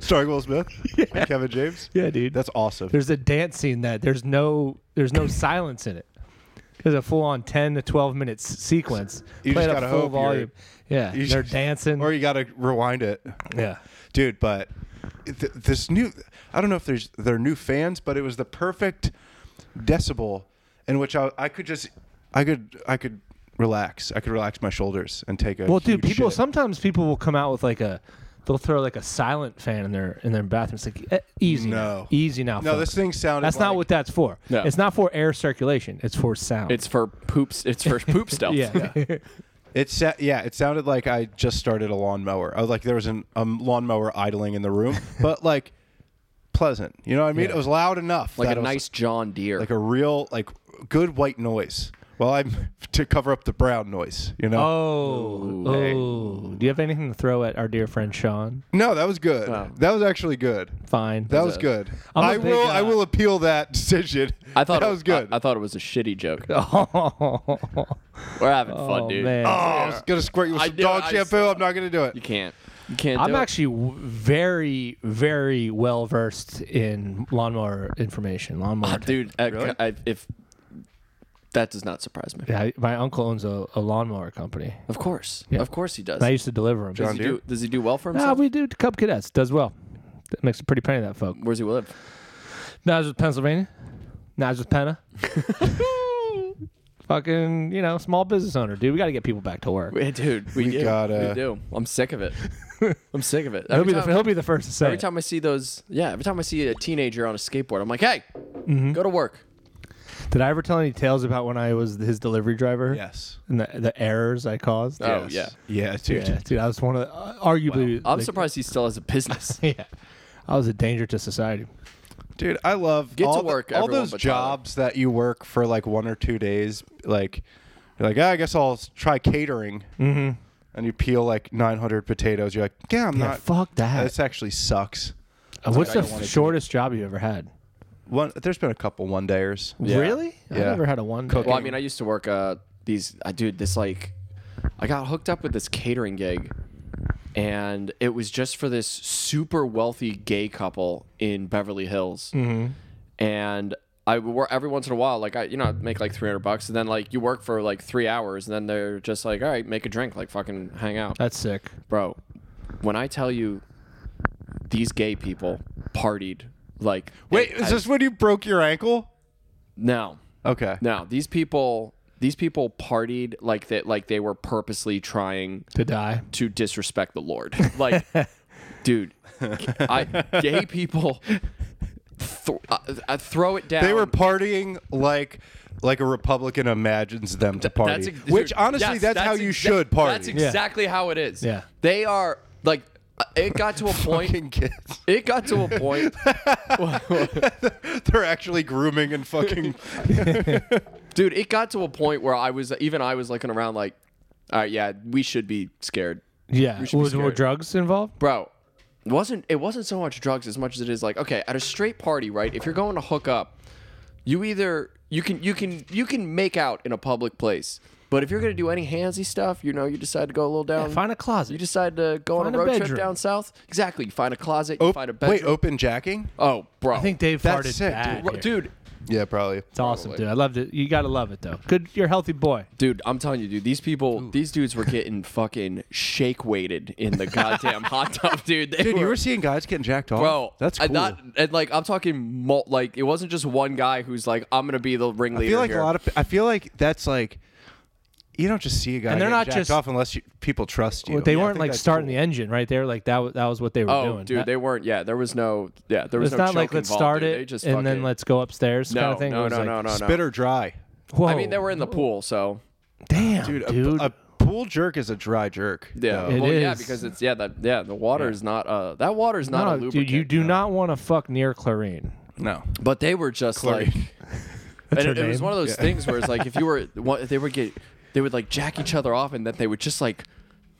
Speaker 3: Starring Will Smith, and Kevin James.
Speaker 2: Yeah, dude.
Speaker 3: That's awesome.
Speaker 2: There's a dance scene that there's no there's no silence in it. There's a full on ten to twelve minute s- sequence.
Speaker 3: You
Speaker 2: Play
Speaker 3: just
Speaker 2: it up
Speaker 3: gotta
Speaker 2: full
Speaker 3: hope you're-
Speaker 2: volume. Yeah,
Speaker 3: you
Speaker 2: they're
Speaker 3: just-
Speaker 2: dancing.
Speaker 3: or you got to rewind it.
Speaker 2: yeah,
Speaker 3: dude. But th- this new, I don't know if there's they're new fans, but it was the perfect decibel in which I, I could just, I could, I could relax. I could relax my shoulders and take a.
Speaker 2: well, dude,
Speaker 3: huge
Speaker 2: people
Speaker 3: shit.
Speaker 2: sometimes people will come out with like a they'll throw like a silent fan in their in their bathroom. It's like eh, easy,
Speaker 3: No.
Speaker 2: now. easy now.
Speaker 3: No,
Speaker 2: folks.
Speaker 3: this thing sounded.
Speaker 2: That's not
Speaker 3: like-
Speaker 2: what that's for.
Speaker 1: No.
Speaker 2: It's not for air circulation. It's for sound.
Speaker 1: It's for poops. It's for poop stealth.
Speaker 2: yeah.
Speaker 3: It sa- yeah, it sounded like I just started a lawnmower. I was like, there was an, a lawnmower idling in the room, but like pleasant. You know what I mean?
Speaker 2: Yeah.
Speaker 3: It was loud enough.
Speaker 1: like
Speaker 3: that
Speaker 1: a
Speaker 3: it was-
Speaker 1: nice John Deere.
Speaker 3: like a real, like good white noise. Well, I'm to cover up the brown noise, you know?
Speaker 2: Oh, oh. Do you have anything to throw at our dear friend Sean?
Speaker 3: No, that was good.
Speaker 1: Oh.
Speaker 3: That was actually good.
Speaker 2: Fine.
Speaker 3: That was good.
Speaker 2: I'm a
Speaker 3: I
Speaker 2: big,
Speaker 3: will. I
Speaker 2: uh,
Speaker 3: will appeal that decision.
Speaker 1: I thought
Speaker 3: that
Speaker 1: it
Speaker 3: was good.
Speaker 1: I, I thought it was a shitty joke.
Speaker 2: oh,
Speaker 1: We're having fun, dude.
Speaker 2: man.
Speaker 3: oh, I was gonna squirt you with
Speaker 1: I
Speaker 3: some
Speaker 1: knew-
Speaker 3: dog
Speaker 1: I
Speaker 3: shampoo.
Speaker 1: saw-
Speaker 3: I'm not gonna do
Speaker 1: You
Speaker 3: it.
Speaker 1: can't. You can't.
Speaker 2: I'm
Speaker 1: do it.
Speaker 2: actually w- very, very well versed in lawnmower information. Lawnmower.
Speaker 1: Ah,
Speaker 2: tech.
Speaker 1: dude. I-
Speaker 3: Really?
Speaker 1: I- if that does not surprise me.
Speaker 2: Yeah, I- my uncle owns a, a lawnmower company.
Speaker 1: Of course.
Speaker 2: Yeah.
Speaker 1: Of course he does.
Speaker 2: And I used to deliver them.
Speaker 1: does,
Speaker 3: John
Speaker 1: he
Speaker 3: Deere?
Speaker 1: do, does he do well for
Speaker 2: Nah,
Speaker 1: himself?
Speaker 2: we do Cub Cadets. Does well. That makes a pretty penny, that folk.
Speaker 1: Where's he live?
Speaker 2: Nazareth, Pennsylvania. Nazareth, Penna. Fucking, you know, small business owner, dude. We got to get people back to work.
Speaker 1: We- Dude, we,
Speaker 3: We uh,
Speaker 1: do.
Speaker 3: gotta-
Speaker 1: We do. I'm sick of it. I'm sick of it.
Speaker 2: He'll
Speaker 1: Every
Speaker 2: be,
Speaker 1: time,
Speaker 2: the, he'll be the first to say.
Speaker 1: every
Speaker 2: it.
Speaker 1: time I see those, yeah, every time I see a teenager on a skateboard, I'm like, hey,
Speaker 2: Mm-hmm.
Speaker 1: go to work.
Speaker 2: Did I ever tell any tales about when I was his delivery driver?
Speaker 3: Yes.
Speaker 2: And the, the errors I caused?
Speaker 1: Oh,
Speaker 3: Yes.
Speaker 1: yeah.
Speaker 3: Yeah, dude.
Speaker 2: Yeah, dude, I was one of the, uh, arguably.
Speaker 1: I'm
Speaker 2: like-
Speaker 1: surprised he still has a business.
Speaker 2: Yeah, I was a danger to society.
Speaker 3: Dude, I love
Speaker 1: Get to
Speaker 3: all
Speaker 1: work,
Speaker 3: The, all
Speaker 1: everyone
Speaker 3: those
Speaker 1: but Tyler.
Speaker 3: jobs that you work for like one or two days. Like, you're like, "Ah, I guess I'll s- try catering. Mm-hmm. And you peel like 900 potatoes. You're like, yeah, I'm
Speaker 2: Yeah,
Speaker 3: not.
Speaker 2: fuck that.
Speaker 3: This actually sucks.
Speaker 2: Uh, what's the
Speaker 1: don't wanna do.
Speaker 2: shortest job you ever had?
Speaker 3: One, there's been a couple one dayers.
Speaker 2: Really? I
Speaker 3: Yeah.
Speaker 2: never had a one. day.
Speaker 1: Well, I mean, I used to work uh these I dude, this like I got hooked up with this catering gig and it was just for this super wealthy gay couple in Beverly Hills. Mm-hmm. And I would work every once in a while, like I, you know, I'd make like 300 bucks and then like you work for like three hours and then they're just like, all right, make a drink, like fucking hang out.
Speaker 2: That's sick.
Speaker 1: Bro, when I tell you these gay people partied like
Speaker 3: Wait, is
Speaker 1: I-
Speaker 3: this when you broke your ankle?
Speaker 1: no.
Speaker 3: Okay.
Speaker 1: No, these people These people partied like that, like they were purposely trying
Speaker 2: to die.
Speaker 1: to disrespect the Lord. Like, dude, I, gay people th- uh, uh, throw it down.
Speaker 3: They were partying like like a Republican imagines them to party.
Speaker 1: ex-
Speaker 3: which
Speaker 1: dude,
Speaker 3: honestly,
Speaker 1: yes,
Speaker 3: that's, how
Speaker 1: exa-
Speaker 3: you should party.
Speaker 1: That's exactly how it is.
Speaker 2: Yeah.
Speaker 1: They are like, uh, it got to a point.
Speaker 3: Fucking kids.
Speaker 1: It got to a point.
Speaker 3: They're actually grooming and fucking.
Speaker 1: dude it got to a point where i was even i was looking around like all right yeah we should be scared
Speaker 2: Yeah.
Speaker 1: should be
Speaker 2: Was more
Speaker 1: scared.
Speaker 2: drugs involved?
Speaker 1: bro it wasn't it wasn't so much drugs as much as it is like okay at a straight party right if you're going to hook up you either you can you can you can make out in a public place but if you're gonna do any handsy stuff you know you decide to go a little down
Speaker 2: Find a closet.
Speaker 1: you decide to go on
Speaker 2: Find
Speaker 1: a
Speaker 2: a
Speaker 1: road
Speaker 2: bedroom.
Speaker 1: trip down south exactly you find a closet you
Speaker 3: Op-
Speaker 1: find a bedroom
Speaker 3: Oh, wait, open jacking?
Speaker 1: oh bro
Speaker 2: I think Dave
Speaker 3: That's
Speaker 2: farted
Speaker 3: sick,
Speaker 2: bad.
Speaker 1: Ru-
Speaker 2: here.
Speaker 1: dude
Speaker 3: Yeah, probably.
Speaker 2: it's awesome,
Speaker 1: Probably.
Speaker 2: dude. I loved it. You gotta love it though. Good, you're a healthy boy.
Speaker 1: Dude, I'm telling you, dude, these people, these dudes were getting fucking shake weighted in the goddamn hot tub, dude. They
Speaker 3: Dude,
Speaker 1: were,
Speaker 3: you were seeing guys getting jacked off.
Speaker 1: bro.
Speaker 3: Oh, that's cool.
Speaker 1: And, not, and like, I'm talking, mul- like, it wasn't just one guy who's like, I'm gonna be the ringleader.
Speaker 3: I feel like
Speaker 1: here.
Speaker 3: a lot of. I feel like that's like. You don't just see a guy
Speaker 2: And they're
Speaker 3: getting
Speaker 2: not
Speaker 3: jacked
Speaker 2: just-
Speaker 3: off unless you, people trust you.
Speaker 2: Well, they
Speaker 3: Yeah, I
Speaker 2: weren't
Speaker 3: think
Speaker 2: like
Speaker 3: that's
Speaker 2: starting
Speaker 3: cool.
Speaker 2: the engine right there. Like that. w- That was what they were
Speaker 1: Oh,
Speaker 2: doing.
Speaker 1: dude,
Speaker 2: That-
Speaker 1: they weren't. Yeah, there was no. Yeah, there was
Speaker 2: it's
Speaker 1: no.
Speaker 2: not like
Speaker 1: choke
Speaker 2: let's
Speaker 1: involved,
Speaker 2: start
Speaker 1: dude. They
Speaker 2: it
Speaker 1: just
Speaker 2: and
Speaker 1: fucking-
Speaker 2: then let's go upstairs
Speaker 1: No,
Speaker 2: kind of thing.
Speaker 1: no,
Speaker 2: It was
Speaker 1: no,
Speaker 2: like,
Speaker 1: no, no, no.
Speaker 3: Spit or dry.
Speaker 2: Whoa,
Speaker 1: I mean, they were in the pool, so
Speaker 2: damn,
Speaker 3: Dude,
Speaker 2: dude.
Speaker 3: a- A, pool jerk is a dry jerk.
Speaker 1: yeah.
Speaker 3: No.
Speaker 2: It
Speaker 1: well, yeah,
Speaker 2: is.
Speaker 1: because it's yeah, that yeah, the water is not. Uh, that water is not a
Speaker 2: no,
Speaker 1: lubricant.
Speaker 2: dude, you do not want to fuck near chlorine.
Speaker 3: No.
Speaker 1: But they were just
Speaker 3: Chloe.
Speaker 1: like, and
Speaker 2: her
Speaker 1: it, it was
Speaker 2: name?
Speaker 1: one of those things where it's like if you were, one- they would get, they would like jack each other off, and then they would just like,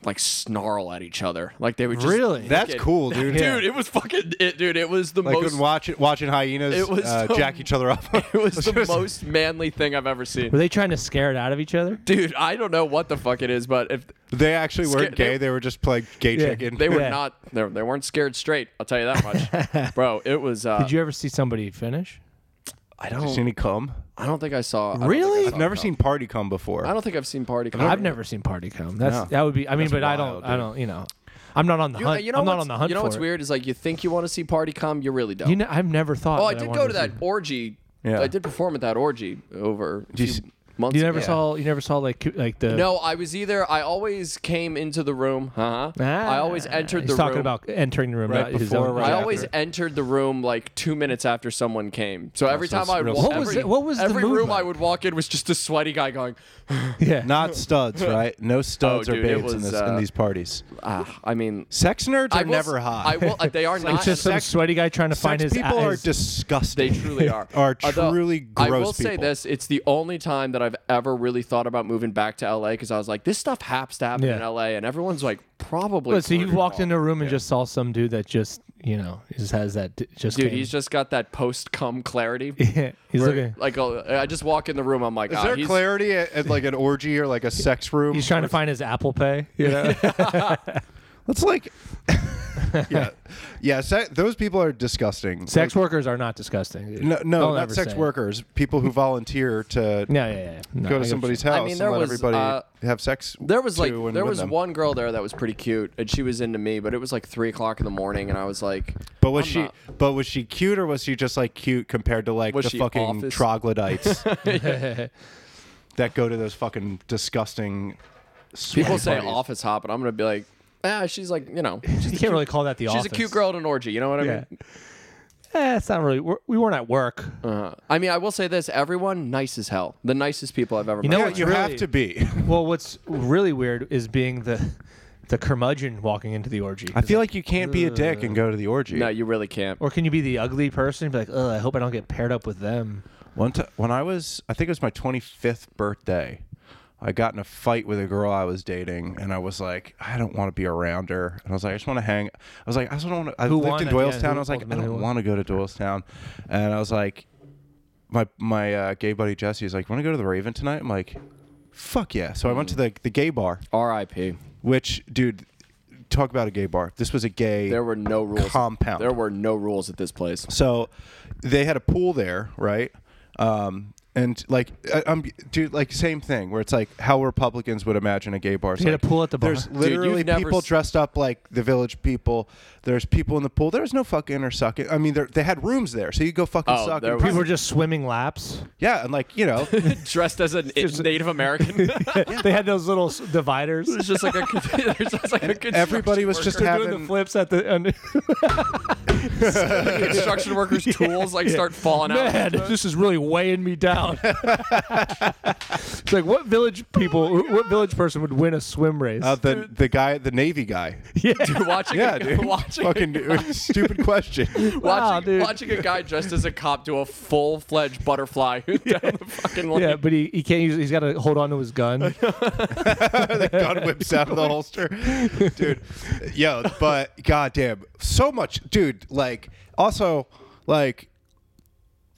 Speaker 1: like snarl at each other, like they would just,
Speaker 2: Really?
Speaker 3: That's
Speaker 1: Fucking-
Speaker 3: cool, dude.
Speaker 1: dude. It was fucking, it, dude. It was the
Speaker 3: Like
Speaker 1: most,
Speaker 3: when watch, watching hyenas
Speaker 1: It was
Speaker 3: uh,
Speaker 1: the-
Speaker 3: jack each other up.
Speaker 1: it was the most manly thing I've ever
Speaker 2: Were
Speaker 1: seen.
Speaker 2: they trying to scare it out of each other?
Speaker 1: Dude, I don't know what the fuck it is, but if
Speaker 3: They actually weren't
Speaker 1: Sca-
Speaker 3: gay.
Speaker 1: they-
Speaker 3: They, were just playing gay
Speaker 2: Yeah.
Speaker 3: chicken.
Speaker 1: they were
Speaker 2: Yeah.
Speaker 1: not, they, they weren't scared straight. I'll tell you that much, bro. It was. Uh,
Speaker 2: Did you ever see somebody finish?
Speaker 1: I
Speaker 3: Did you
Speaker 1: don't,
Speaker 3: see any cum?
Speaker 1: I don't think I saw. I don't think I
Speaker 2: Really?
Speaker 1: saw
Speaker 3: I've never
Speaker 1: cum.
Speaker 3: seen party cum before.
Speaker 1: I don't think I've seen party. cum.
Speaker 2: I've never seen party come. That's that would be. I mean, but I don't.
Speaker 3: wild,
Speaker 2: I
Speaker 3: dude.
Speaker 2: don't. You know, I'm not on the
Speaker 1: You,
Speaker 2: hunt.
Speaker 1: you know
Speaker 2: I'm not
Speaker 1: what's-
Speaker 2: on the hunt.
Speaker 1: You know
Speaker 2: for
Speaker 1: what's
Speaker 2: it.
Speaker 1: weird is like you think you want to see party cum, you really don't.
Speaker 2: You know, I've never thought.
Speaker 1: Oh, I
Speaker 2: that
Speaker 1: did
Speaker 2: wanted
Speaker 1: go
Speaker 2: to
Speaker 1: to
Speaker 2: see-
Speaker 1: that orgy.
Speaker 3: Yeah.
Speaker 1: I did perform at that orgy over a few
Speaker 3: you s-
Speaker 1: months.
Speaker 2: You never
Speaker 1: ago.
Speaker 2: saw. You never saw like cu- like the.
Speaker 1: No, I was either. I always came into the room. Huh? I always
Speaker 2: Ah,
Speaker 1: entered
Speaker 2: He's
Speaker 1: the
Speaker 2: talking
Speaker 1: room.
Speaker 2: about entering the room.
Speaker 3: Right
Speaker 2: not his
Speaker 3: before
Speaker 2: own-
Speaker 3: or
Speaker 1: I
Speaker 3: right
Speaker 1: always
Speaker 3: after.
Speaker 1: entered the room like two minutes after someone came. So every
Speaker 3: so
Speaker 1: time
Speaker 3: it's
Speaker 1: I
Speaker 3: real-
Speaker 1: wa-
Speaker 3: What
Speaker 1: every,
Speaker 2: was it- what was the
Speaker 1: every
Speaker 2: mood
Speaker 1: room I
Speaker 2: like?
Speaker 1: would walk in was just a sweaty guy going.
Speaker 2: Yeah.
Speaker 3: Not studs, right? No studs
Speaker 1: Oh,
Speaker 3: or
Speaker 1: dude, it
Speaker 3: babes in,
Speaker 1: was,
Speaker 3: this,
Speaker 1: uh,
Speaker 3: in these parties.
Speaker 1: Ah, I mean,
Speaker 3: Sex nerds
Speaker 1: I
Speaker 3: are
Speaker 1: will
Speaker 3: never
Speaker 1: s-
Speaker 3: hot.
Speaker 1: I will. uh, They are not.
Speaker 2: It's just some
Speaker 3: sex-
Speaker 2: sweaty guy trying to
Speaker 3: Sex
Speaker 2: find his.
Speaker 3: people are
Speaker 2: his-
Speaker 3: disgusting.
Speaker 1: They truly are.
Speaker 3: are
Speaker 1: Although,
Speaker 3: truly gross
Speaker 1: I will say
Speaker 3: people.
Speaker 1: this: it's the only time that I've ever really thought about moving back to LA because I was like, this stuff happens to happen
Speaker 2: Yeah.
Speaker 1: in LA, and everyone's like, probably.
Speaker 2: Look, so you
Speaker 1: murdered
Speaker 2: walked
Speaker 1: all.
Speaker 2: into a room and just saw some dude that just you know just has that d- just.
Speaker 1: Dude,
Speaker 2: came-
Speaker 1: he's just got that post cum clarity.
Speaker 2: Yeah, he's looking.
Speaker 1: Like, uh, I just walk in the room, I'm like,
Speaker 3: Is
Speaker 1: ah,
Speaker 3: there
Speaker 1: he's-
Speaker 3: clarity at, at like an orgy or like a sex room?
Speaker 2: He's trying to find his Apple Pay. You know.
Speaker 3: Let's like, yeah, yeah. Se- those people are disgusting.
Speaker 2: sex workers are not disgusting. dude.
Speaker 3: No, no,
Speaker 2: Don't
Speaker 3: not
Speaker 2: ever
Speaker 3: sex
Speaker 2: say it.
Speaker 3: workers. People who volunteer to
Speaker 2: Yeah, yeah, yeah. No, I get
Speaker 3: go to
Speaker 2: you.
Speaker 3: somebody's
Speaker 1: I
Speaker 3: house
Speaker 1: mean, there
Speaker 3: and let
Speaker 1: was,
Speaker 3: everybody
Speaker 1: uh,
Speaker 3: have sex.
Speaker 1: There was like
Speaker 3: to and
Speaker 1: there
Speaker 3: with
Speaker 1: was
Speaker 3: them.
Speaker 1: one girl there that was pretty cute, and she was into me, but it was like three o'clock in the morning, and I was like,
Speaker 3: But was
Speaker 1: I'm
Speaker 3: she?
Speaker 1: not-
Speaker 3: But was she cute or was she just like cute compared to like
Speaker 1: Was
Speaker 3: the
Speaker 1: she
Speaker 3: fucking
Speaker 1: office?
Speaker 3: troglodytes that go to those fucking disgusting? sweaty
Speaker 1: people say
Speaker 3: parties?
Speaker 1: office hop, and I'm gonna be like, ah, she's like, you know, she's,
Speaker 2: You can't really call that the office.
Speaker 1: she's a cute girl at an orgy, you know what I
Speaker 2: Yeah.
Speaker 1: mean?
Speaker 2: Eh, it's not really. We're, we weren't at work.
Speaker 1: Uh, I mean, I will say this: everyone nice as hell. The nicest people I've ever
Speaker 2: You
Speaker 1: met.
Speaker 2: know
Speaker 3: Yeah,
Speaker 2: what's
Speaker 3: you
Speaker 2: really-
Speaker 3: have to be.
Speaker 2: Well, what's really weird is being the the curmudgeon walking into the orgy.
Speaker 3: I feel like you can't be a dick and go to the orgy.
Speaker 1: no, you really can't.
Speaker 2: Or can you be the ugly person and be like, oh, I hope I don't get paired up with them?
Speaker 3: One time, when I was, I think it was my 25th birthday, I got in a fight with a girl I was dating, and I was like, I don't want to be around her. And I was like, I just want to hang. I was like, I just want to. I
Speaker 2: Who
Speaker 3: lived
Speaker 2: won?
Speaker 3: in
Speaker 2: Yeah, who
Speaker 3: Doylestown. I was like, I
Speaker 2: ultimately
Speaker 3: don't
Speaker 2: won?
Speaker 3: want to go to Doylestown. And I was like, my my uh, gay buddy Jesse was like, Want to go to the Raven tonight? I'm like, Fuck yeah! So I went to the the gay bar,
Speaker 1: R.I.P.
Speaker 3: which dude, talk about a gay bar. This was a gay.
Speaker 1: There were no rules.
Speaker 3: Compound.
Speaker 1: There were no rules at this place.
Speaker 3: So they had a pool there, right? Um, And like, I, I'm dude, like same thing where it's like how Republicans would imagine a gay bar. It's
Speaker 2: You had
Speaker 3: like,
Speaker 2: a pool at the bar.
Speaker 3: There's
Speaker 2: Dude,
Speaker 1: you've
Speaker 3: literally
Speaker 1: never
Speaker 3: people
Speaker 1: s-
Speaker 3: dressed up like the village people. There's people in the pool. There was no fucking or sucking. I mean, there, they had rooms there, so you go fucking
Speaker 1: Oh,
Speaker 3: suck.
Speaker 1: there
Speaker 3: and
Speaker 1: was-
Speaker 2: People were just swimming laps.
Speaker 3: yeah, and like you know,
Speaker 1: dressed as a Native American.
Speaker 2: They had those little s- dividers.
Speaker 1: It's just like a, it's just like a construction
Speaker 3: everybody was just
Speaker 1: worker.
Speaker 2: They're
Speaker 3: having-
Speaker 2: doing the flips at the and,
Speaker 1: construction workers' tools like start falling
Speaker 2: man.
Speaker 1: out.
Speaker 2: This is really weighing me down. it's like what village people, what village person would win a swim race?
Speaker 3: uh, the the guy, the Navy guy.
Speaker 2: yeah,
Speaker 1: Dude, watching,
Speaker 3: Yeah,
Speaker 1: a,
Speaker 3: dude.
Speaker 1: watching,
Speaker 3: fucking stupid question.
Speaker 1: watching,
Speaker 2: Wow, dude.
Speaker 1: watching a guy dressed as a cop do a full-fledged butterfly down the fucking lane.
Speaker 2: yeah, but he, he can't use. He's got to hold on to his gun.
Speaker 3: the gun whips out of the holster, dude. Yo, but goddamn, so much, dude. Like, also, like,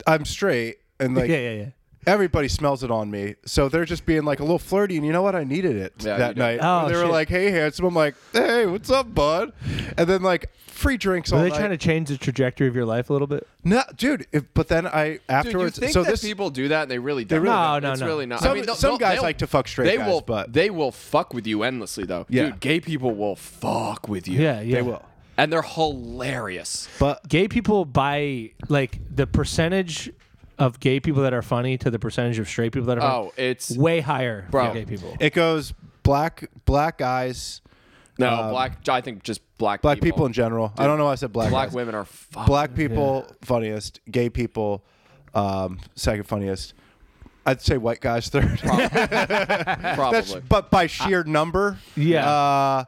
Speaker 3: I'm straight, and like,
Speaker 2: yeah, yeah, yeah.
Speaker 3: everybody smells it on me, so they're just being like a little flirty. And you know what? I needed it
Speaker 1: Yeah,
Speaker 3: that
Speaker 1: you
Speaker 3: night.
Speaker 1: did.
Speaker 2: Oh,
Speaker 3: they were
Speaker 2: shit.
Speaker 3: like, "Hey, handsome." I'm like, "Hey, what's up, bud?" And then like free drinks all
Speaker 2: Are they
Speaker 3: night.
Speaker 2: trying to change the trajectory of your life a little bit?
Speaker 3: no, dude. If, but then I
Speaker 1: Dude, you
Speaker 3: afterwards.
Speaker 1: think
Speaker 3: so
Speaker 1: that
Speaker 3: this
Speaker 1: people do that and they really don't.
Speaker 2: really No, don't. no,
Speaker 1: It's
Speaker 2: no.
Speaker 1: really not.
Speaker 3: Some-
Speaker 1: I mean, they'll-
Speaker 3: some
Speaker 1: they'll-
Speaker 3: guys
Speaker 1: they'll-
Speaker 3: like to fuck straight
Speaker 1: They
Speaker 3: guys,
Speaker 1: will,
Speaker 3: but-
Speaker 1: they will fuck with you endlessly though.
Speaker 3: Yeah.
Speaker 1: Dude, gay people will fuck with you.
Speaker 2: Yeah, yeah.
Speaker 3: they will,
Speaker 1: and they're hilarious.
Speaker 3: but
Speaker 2: Gay people by like the percentage of gay people that are funny to the percentage of straight people that are funny,
Speaker 1: Oh, it's
Speaker 2: way higher
Speaker 1: Bro.
Speaker 2: for gay people.
Speaker 3: it goes black black guys,
Speaker 1: no black. I think just black
Speaker 3: uh, black people, in general. I don't know why I said black.
Speaker 1: black
Speaker 3: guys.
Speaker 1: women are fuck.
Speaker 3: black people funniest, gay people um, second funniest. I'd say white guys third.
Speaker 1: probably.
Speaker 3: but by sheer number,
Speaker 2: Yeah.
Speaker 3: Uh,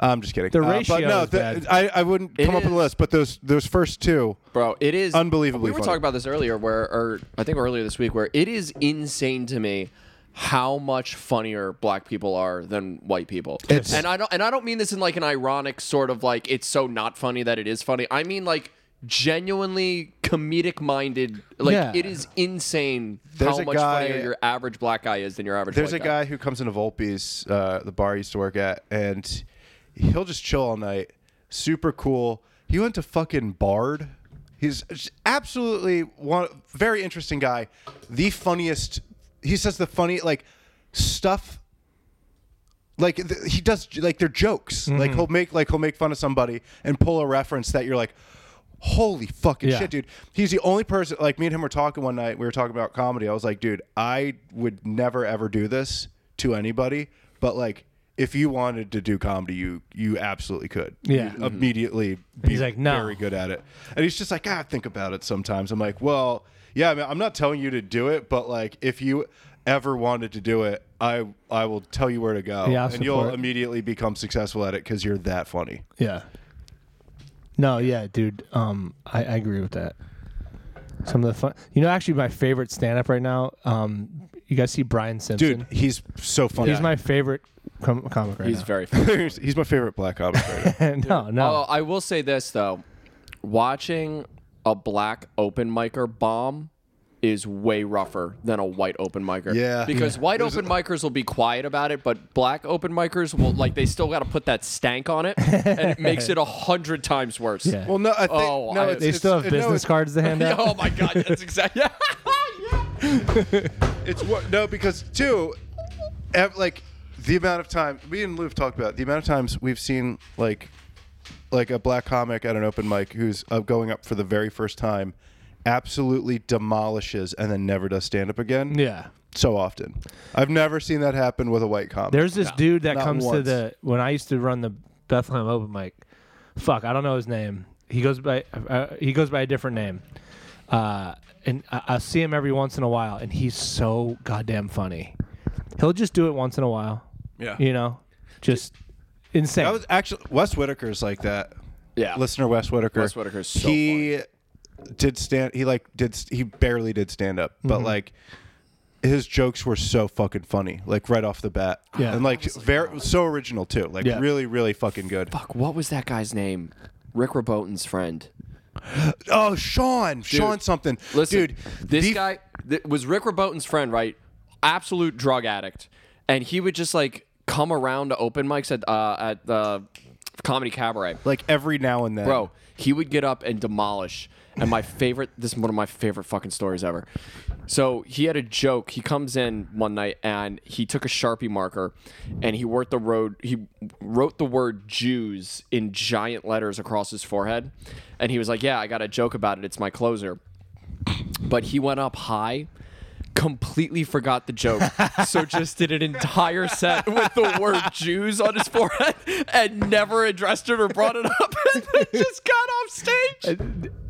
Speaker 3: I'm just kidding.
Speaker 2: The
Speaker 3: Uh,
Speaker 2: ratio
Speaker 3: but no,
Speaker 2: is
Speaker 3: the-
Speaker 2: bad.
Speaker 3: I, I wouldn't
Speaker 1: It
Speaker 3: come up with a
Speaker 1: is.
Speaker 3: list, but those those first two,
Speaker 1: Bro, it is
Speaker 3: Unbelievably
Speaker 1: We were
Speaker 3: funny.
Speaker 1: talking about this earlier, where or I think earlier this week, where it is insane to me how much funnier black people are than white people.
Speaker 3: It's-
Speaker 1: and I don't and I don't mean this in like an ironic sort of like it's so not funny that it is funny. I mean like genuinely comedic minded. Like
Speaker 2: Yeah.
Speaker 1: it is insane
Speaker 3: There's
Speaker 1: how
Speaker 3: a
Speaker 1: much
Speaker 3: guy-
Speaker 1: funnier your average black guy is than your average.
Speaker 3: there's a
Speaker 1: white
Speaker 3: guy who comes into Volpe's, uh, the bar I used to work at, and he'll just chill all night. Super cool. He went to fucking Bard. He's just absolutely one very interesting guy. The funniest. He says the funny like stuff like th- he does like they're jokes like
Speaker 2: Mm-hmm.
Speaker 3: he'll make like he'll make fun of somebody and pull a reference that you're like holy fucking
Speaker 2: Yeah.
Speaker 3: shit dude he's the only person like me and him were talking one night we were talking about comedy i was like dude i would never ever do this to anybody but like if you wanted to do comedy you you absolutely could
Speaker 2: Yeah. Mm-hmm.
Speaker 3: You'd immediately be
Speaker 2: he's like, "No."
Speaker 3: very good at it and he's just like ah think about it sometimes i'm like well yeah I mean, i'm not telling you to do it but like if you ever wanted to do it i i will tell you where to go
Speaker 2: Yeah, I'll
Speaker 3: Oh, and you'll
Speaker 2: support.
Speaker 3: immediately become successful at it because you're that funny.
Speaker 2: Yeah. No, yeah, dude. Um, I, I agree with that. Some of the fun, you know, actually, my favorite stand up right now. Um, you guys see Brian Simpson?
Speaker 3: Dude, he's so funny.
Speaker 2: he's my favorite com- comic right
Speaker 1: Guy. He's
Speaker 2: now.
Speaker 1: very funny.
Speaker 3: he's, he's my favorite black comic. Right now.
Speaker 2: no, no.
Speaker 3: Oh,
Speaker 1: Although Uh, I will say this though, watching a black open micer bomb is way rougher than a white open micer.
Speaker 3: Yeah.
Speaker 1: Because white open micers will be quiet about it, but black open micers will like they still got to put that stank on it, and it makes it a hundred times worse.
Speaker 2: Yeah.
Speaker 3: Well, no, I think
Speaker 1: Oh,
Speaker 3: no,
Speaker 1: I-
Speaker 3: it's,
Speaker 2: they still have
Speaker 3: it's- no,
Speaker 2: business
Speaker 3: it's-
Speaker 2: cards to hand out.
Speaker 1: Oh my god, that's exactly. Yeah.
Speaker 3: It's what no, because two, ev- like the amount of time me and Lou have talked about the amount of times we've seen like like a black comic at an open mic who's uh, going up for the very first time, absolutely demolishes and then never does stand up again.
Speaker 2: Yeah.
Speaker 3: so often. I've never seen that happen with a white comic.
Speaker 2: There's this dude that
Speaker 3: not
Speaker 2: comes to
Speaker 3: once.
Speaker 2: the when I used to run the Bethlehem open mic. Fuck, I don't know his name. He goes by uh, he goes by a different name, uh, and I, I see him every once in a while, and he's so goddamn funny. He'll just do it once in a while.
Speaker 3: Yeah.
Speaker 2: you know, just insane.
Speaker 3: I was actually Wes Whitaker's like that.
Speaker 1: Yeah.
Speaker 3: listener Wes Whitaker.
Speaker 1: Wes Whitaker's so
Speaker 3: he did stand. He like did. st- He barely did stand up,
Speaker 2: Mm-hmm.
Speaker 3: but like his jokes were so fucking funny, like right off the bat.
Speaker 2: Yeah.
Speaker 3: and like very so original too. Like
Speaker 2: Yeah.
Speaker 3: really, really fucking good.
Speaker 1: Fuck. What was that guy's name? Rick Rabotin's friend.
Speaker 3: Oh, Sean, Sean something.
Speaker 1: Listen,
Speaker 3: dude,
Speaker 1: this
Speaker 3: the-
Speaker 1: guy th- was Rick Rabotin's friend, right? Absolute drug addict, and he would just like come around to open mics at uh, at the comedy cabaret.
Speaker 3: like every now and then,
Speaker 1: Bro, he would get up and demolish. And my favorite, this is one of my favorite fucking stories ever. So he had a joke. He comes in one night and he took a sharpie marker, and he wrote the road. He wrote the word Jews in giant letters across his forehead, and he was like, "Yeah, I got a joke about it. It's my closer." But he went up high. Completely forgot the joke, so just did an entire set with the word Jews on his forehead and never addressed it or brought it up, and then just got off stage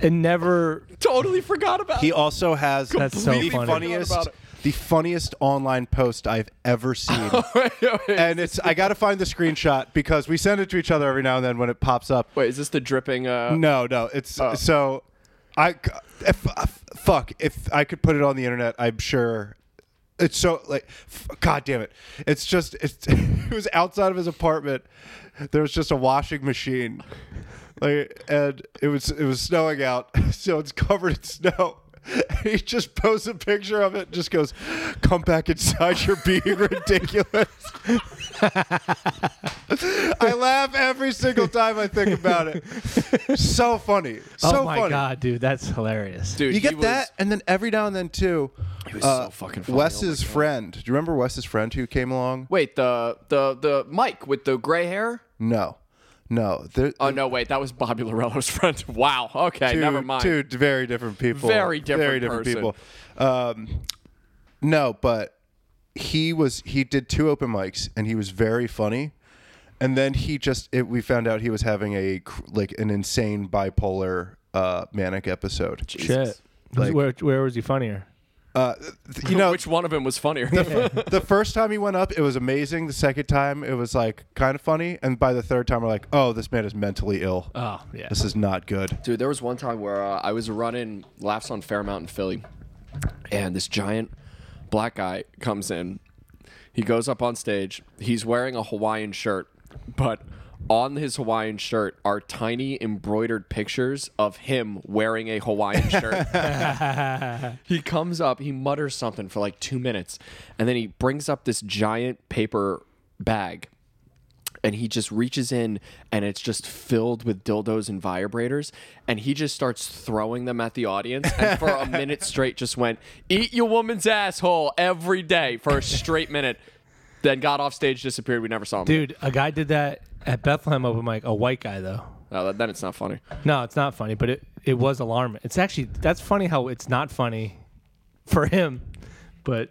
Speaker 2: and never
Speaker 1: totally forgot about
Speaker 3: He
Speaker 1: it.
Speaker 3: also has
Speaker 2: That's so
Speaker 3: the
Speaker 2: funny.
Speaker 1: Forgot
Speaker 3: funniest,
Speaker 1: about
Speaker 3: the funniest online post I've ever seen. and it's I got to find the screenshot because we send it to each other every now and then when it pops up.
Speaker 1: Wait, is this the dripping? Uh,
Speaker 3: No, no, it's so I if, if- fuck if I could put it on the internet, I'm sure it's so like f- god damn it. It's just it's, it was outside of his apartment. There was just a washing machine. Like and it was it was snowing out, so it's covered in snow. He just posts a picture of it. and Just goes, "Come back inside. You're being ridiculous." I laugh every single time I think about it. So funny. So
Speaker 2: oh my
Speaker 3: funny.
Speaker 2: god, dude, that's hilarious.
Speaker 1: Dude, he
Speaker 3: You get
Speaker 1: was-
Speaker 3: that, and then every now and then too. He
Speaker 1: was so fucking funny. Oh
Speaker 3: Wes's friend. Do you remember Wes's friend who came along?
Speaker 1: Wait, the the the Mike with the gray hair?
Speaker 3: No, no. There,
Speaker 1: Oh no, wait, that was Bobby Lorello's friend. Wow. Okay,
Speaker 3: two,
Speaker 1: never mind.
Speaker 3: Two very different people.
Speaker 1: Very different
Speaker 3: Very different
Speaker 1: person.
Speaker 3: people. Um, no, but he was. He did two open mics, and he was very funny. And then he just. It, we found out he was having a cr- like an insane bipolar uh, manic episode.
Speaker 2: Shit.
Speaker 3: Like-
Speaker 2: where, where was he funnier?
Speaker 3: Uh, th- you know,
Speaker 1: which one of him was funnier?
Speaker 3: the first time he went up, it was amazing. The second time, it was like kind of funny. And by the third time, we're like, oh, this man is mentally ill.
Speaker 1: Ah.
Speaker 2: Oh yeah.
Speaker 3: This is not good.
Speaker 1: Dude, there was one time where uh, I was running laps on Fairmount in Philly, and this giant black guy comes in. He goes up on stage. He's wearing a Hawaiian shirt, but on his Hawaiian shirt are tiny embroidered pictures of him wearing a Hawaiian shirt. he comes up, he mutters something for like two minutes, and then he brings up this giant paper bag and he just reaches in and it's just filled with dildos and vibrators and he just starts throwing them at the audience and for a minute straight just went eat your woman's asshole every day for a straight minute then got off stage disappeared we never saw him
Speaker 2: Dude, a guy did that at Bethlehem open mic. A white guy though.
Speaker 1: no, that- Oh, then it's not funny
Speaker 2: No, it's not funny, but it it was alarming. It's actually that's funny how it's not funny for him, but